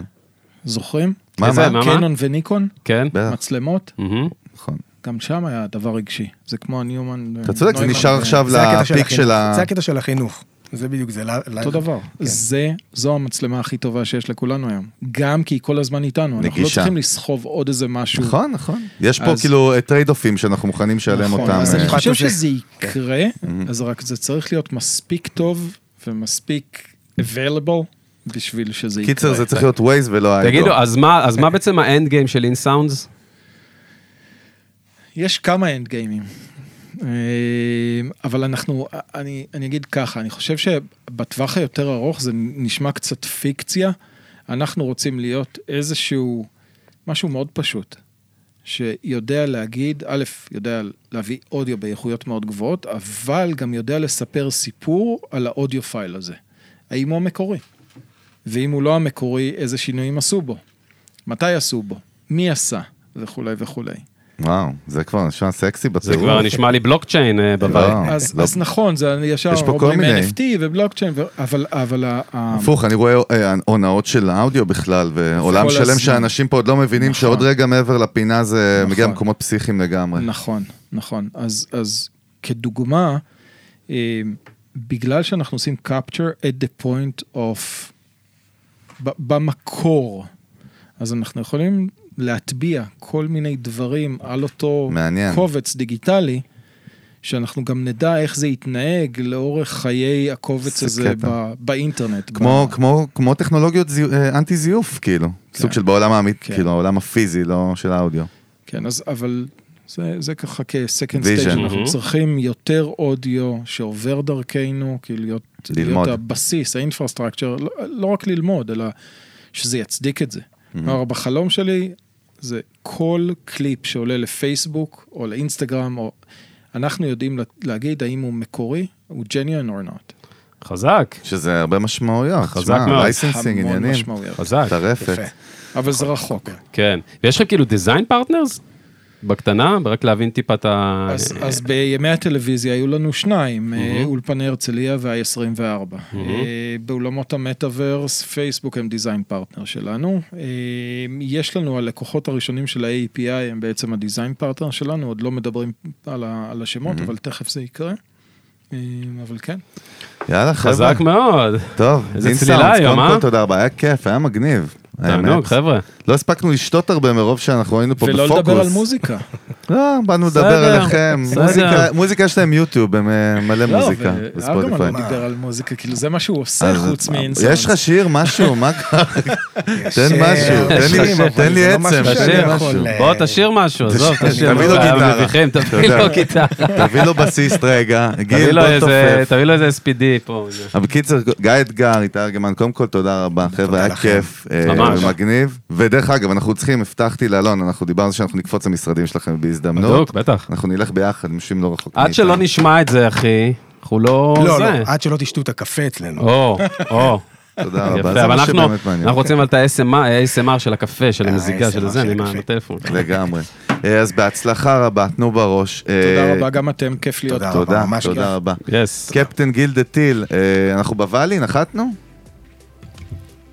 זוכרים?
מה,
איזה-
מה?
מה?
קנון וניקון,
כן?
בטח.
מצלמות,
מהמם.
נכון.
גם שם היה דבר רגשי. זה כמו הניומן.
אתה צודק, זה
נוימן.
נשאר אה, עכשיו
זה הקטע
לפיק
החינוך.
של ה...
זה הקטע של החינוך. זה בדיוק זה. ל- ל- כן,
אותו דבר.
כן.
זה, זו המצלמה הכי טובה שיש לכולנו היום. גם כי היא כל הזמן איתנו. אנחנו לא
נגישה.
צריכים לסחוב עוד איזה משהו.
נכון, נכון. יש פה
אז-
כאילו טרייד אופים שאנחנו מוכנים לשלם
נכון,
אותם.
אז אני
אה, כן.
חושב
הזה.
שזה יקרה, אז רק זה צריך להיות מספיק טוב ומספיק available בשביל שזה יקרה.
קיצר, זה צריך להיות ווייז ולא איידו.
תגידו, אז מה- אז מה בעצם האנד גיים של אינסאונדס?
יש כמה אנד גיימים. אמ, אבל אנחנו, אני, אני אגיד ככה, אני חושב שבטווח היותר ארוך זה נשמע קצת פיקציה. אנחנו רוצים להיות איזשהו, משהו מאוד פשוט, שיודע להגיד, א', יודע להביא אודיו באיכויות מאוד גבוהות, אבל גם יודע לספר סיפור על האודיו פייל הזה. האם הוא המקורי? ואם הוא לא המקורי, איזה שינויים עשו בו? מתי עשו בו? מי עשה? וכולי וכולי.
וואו, זה כבר נשמע סקסי
אה- זה
בטירוף.
כבר נשמע לי בלוקצ'יין אה, בבית.
לא,
אז,
לא.
אז נכון, זה אני ישר
יש פה כל
אומרים
מיני.
NFT ובלוקצ'יין, ו- אבל, אבל ה- ה-
הפוך, אני רואה אה, הונאות של האודיו בכלל, ועולם
כל
שלם
הזמן.
שאנשים פה עוד לא מבינים
נכון.
שעוד רגע מעבר לפינה זה
נכון.
מגיע למקומות פסיכיים לגמרי.
נכון, נכון. אז, אז כדוגמה, אה, בגלל שאנחנו עושים capture at the point of, ב- במקור, אז אנחנו יכולים להטביע כל מיני דברים על אותו
מעניין.
קובץ דיגיטלי, שאנחנו גם נדע איך זה יתנהג לאורך חיי הקובץ
זה
הזה
קטע.
ב- באינטרנט.
כמו,
ב-
כמו, כמו טכנולוגיות זיו, אה, אנטי זיוף, כאילו. סוג של בעולם האמיתי,
כן.
כאילו העולם הפיזי, לא של האודיו.
כן, אז אבל זה, זה ככה כ-second
Vision.
stage, אנחנו
Mhm.
צריכים יותר אודיו שעובר דרכנו, כאילו להיות,
ללמוד.
להיות הבסיס, האינפרסטרקצ'ר, לא, לא רק ללמוד, אלא שזה יצדיק את זה.
Mm-hmm.
כלומר, בחלום שלי זה כל קליפ שעולה לפייסבוק או לאינסטגרם, או... אנחנו יודעים לה- להגיד האם הוא מקורי, הוא genuine or not.
חזק,
שזה הרבה משמעויות.
חזק מאוד.
לייסנסינג,
המון
עניינים.
משמעויות.
חזק.
טרפת.
יפה.
אבל זה רחוק.
כן. ויש לכם כאילו דיזיין פרטנרס? בקטנה? רק להבין טיפה את ה...
אז,
אה,
אז בימי הטלוויזיה היו לנו שניים, אה, אולפני הרצליה וה-24. באולמות המטאוורס, פייסבוק הם דיזיין פרטנר שלנו. אה, יש לנו, הלקוחות הראשונים של ה-API הם בעצם הדיזיין פרטנר שלנו, עוד לא מדברים על, ה- על השמות, אבל תכף זה יקרה. אה, אבל כן.
יאללה, חבר'ה.
חזק מאוד.
טוב,
איזה
אינסאונדס,
צלילה היום,
קודם
אה?
כל תודה רבה, היה כיף, היה מגניב.
תענוג,
האמת.
חבר'ה.
לא הספקנו לשתות הרבה מרוב שאנחנו היינו פה
ולא
בפוקוס.
לדבר על מוזיקה.
לא, באנו לדבר
בסדר,
עליכם.
בסדר.
מוזיקה- מוזיקה יש להם יוטיוב, הם אה, מלא מוזיקה בספוטיפיי.
ארגמן לא דיבר לא, על מוזיקה, כאילו זה מה שהוא עושה
אז- אה,
חוץ מאינסאונס.
יש לך שיר, משהו, מה קרה? תן
אה,
משהו, תן לי-
אבל
תן לי
זה לא
עצם,
משהו
תן
שאני
לי
יכול,
משהו.
אה,
בוא תשאיר משהו, עזוב,
תשאיר,
תשאיר.
תביא לו
אנחנו
גיטרה.
מביכים, תביא
יודע.
לו גיטרה.
תביא לו בסיסט רגע,
תביא
גיל, לא
לו
בוא
איזה-
תופף.
תביא לו איזה SPD פה.
אבל בקיצר, גיא אתגר, איתי ארגמן, קודם כל תודה רבה, חבר'ה, היה
לכם.
כיף, אה,
ממש.
ומגניב. ודרך אגב, אנחנו צריכים, הבטחתי לאלון, אנחנו דיברנו שאנחנו נקפוץ למשרדים שלכם בהזדמנות.
בדיוק, בטח.
אנחנו נלך ביחד, אנשים לא רחוקים.
עד שלא
מאיתנו.
נשמע את זה, אחי, אנחנו לא...
לא,
זה.
לא, עד שלא תשתו את הקפה אצלנו.
או, או.
תודה רבה,
יפה,
אה, זה
אבל
מה
אנחנו,
שבאמת מעניין.
אנחנו רוצים אבל את ה-ASMR של הקפה, של
אה,
המזיגה, של
ה-ASMR
זה,
של
אני מה-
הקפה.
בטלפון.
לגמרי. אה, אז בהצלחה רבה, תנו בראש.
תודה
אה,
רבה, גם אתם, כיף להיות
תודה
פה.
תודה,
ממש כיף.
תודה רבה.
יס.
קפטן גילדה טיל, אה, אנחנו בוואלי, נחתנו?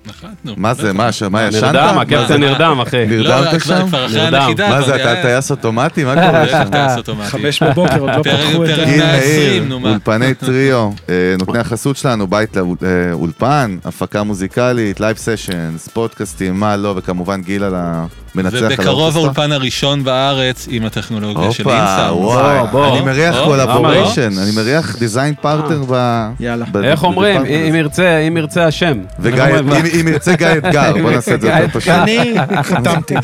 נחתנו.
מה זה, מה, שמה כן, ישנת?
נרדם, הקפטן נרדם, אחי.
נרדם.
לא,
נרדמת
כבר-
שם?
כבר אחרי
נרדם.
הנחיתה.
מה
כבר
זה,
זה
אתה
היה-
טייס אוטומטי? מה קורה
זה
שם?
טייס אוטומטי.
חמש בבוקר, עוד לא
פרק-
פתחו את
פרק-
ה...
גיל
120,
מאיר,
נו מה.
אולפני טריו, אה, נותני החסות שלנו, בית לאולפן, הפקה מוזיקלית, לייב סשנס, פודקאסטים, מה לא, וכמובן גיל על המנצח.
זה
על
בקרוב
האורקסטרה.
האולפן הראשון בארץ עם הטכנולוגיה של
הופה,
אינסאונד.
בוא, בוא.
וואי, אני מריח
בוא,
קולבוריישן, אני מריח דיזיין פרטנר ב...
יאללה.
ב-
איך אומרים?
בדיפרטמנט
אם
הזה.
ירצה, אם ירצה השם.
וגיא,
איך אומרים?
אם- אם ירצה גיא אתגר, בוא נעשה את זה יותר פשוט.
אוקיי,
אני חתמתי.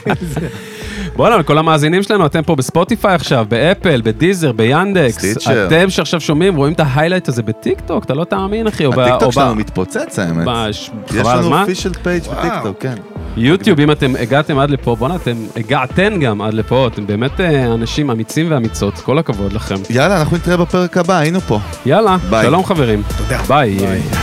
בואנה, כל המאזינים שלנו, אתם פה בספוטיפיי עכשיו, באפל, בדיזר, ביאנדקס.
סטיצ'ר.
אתם שעכשיו שומעים, רואים את ההיילייט הזה בטיקטוק, אתה לא תאמין, אחי. או ב- או
הטיקטוק
ב-
שלנו מתפוצץ האמת.
בש-
יש
אוקיי, חבל על
לנו
הזמן.
אופישל פייג' בטיקטוק, כן.
יוטיוב, אם אתם הגעתם עד לפה, בואנה, אתם הגעתן גם עד לפה, אתם באמת אה, אנשים אמיצים ואמיצות, כל הכבוד לכם.
יאללה, אנחנו נתראה בפרק הבא, היינו פה.
יאללה,
ביי.
שלום חברים. תודה. ביי.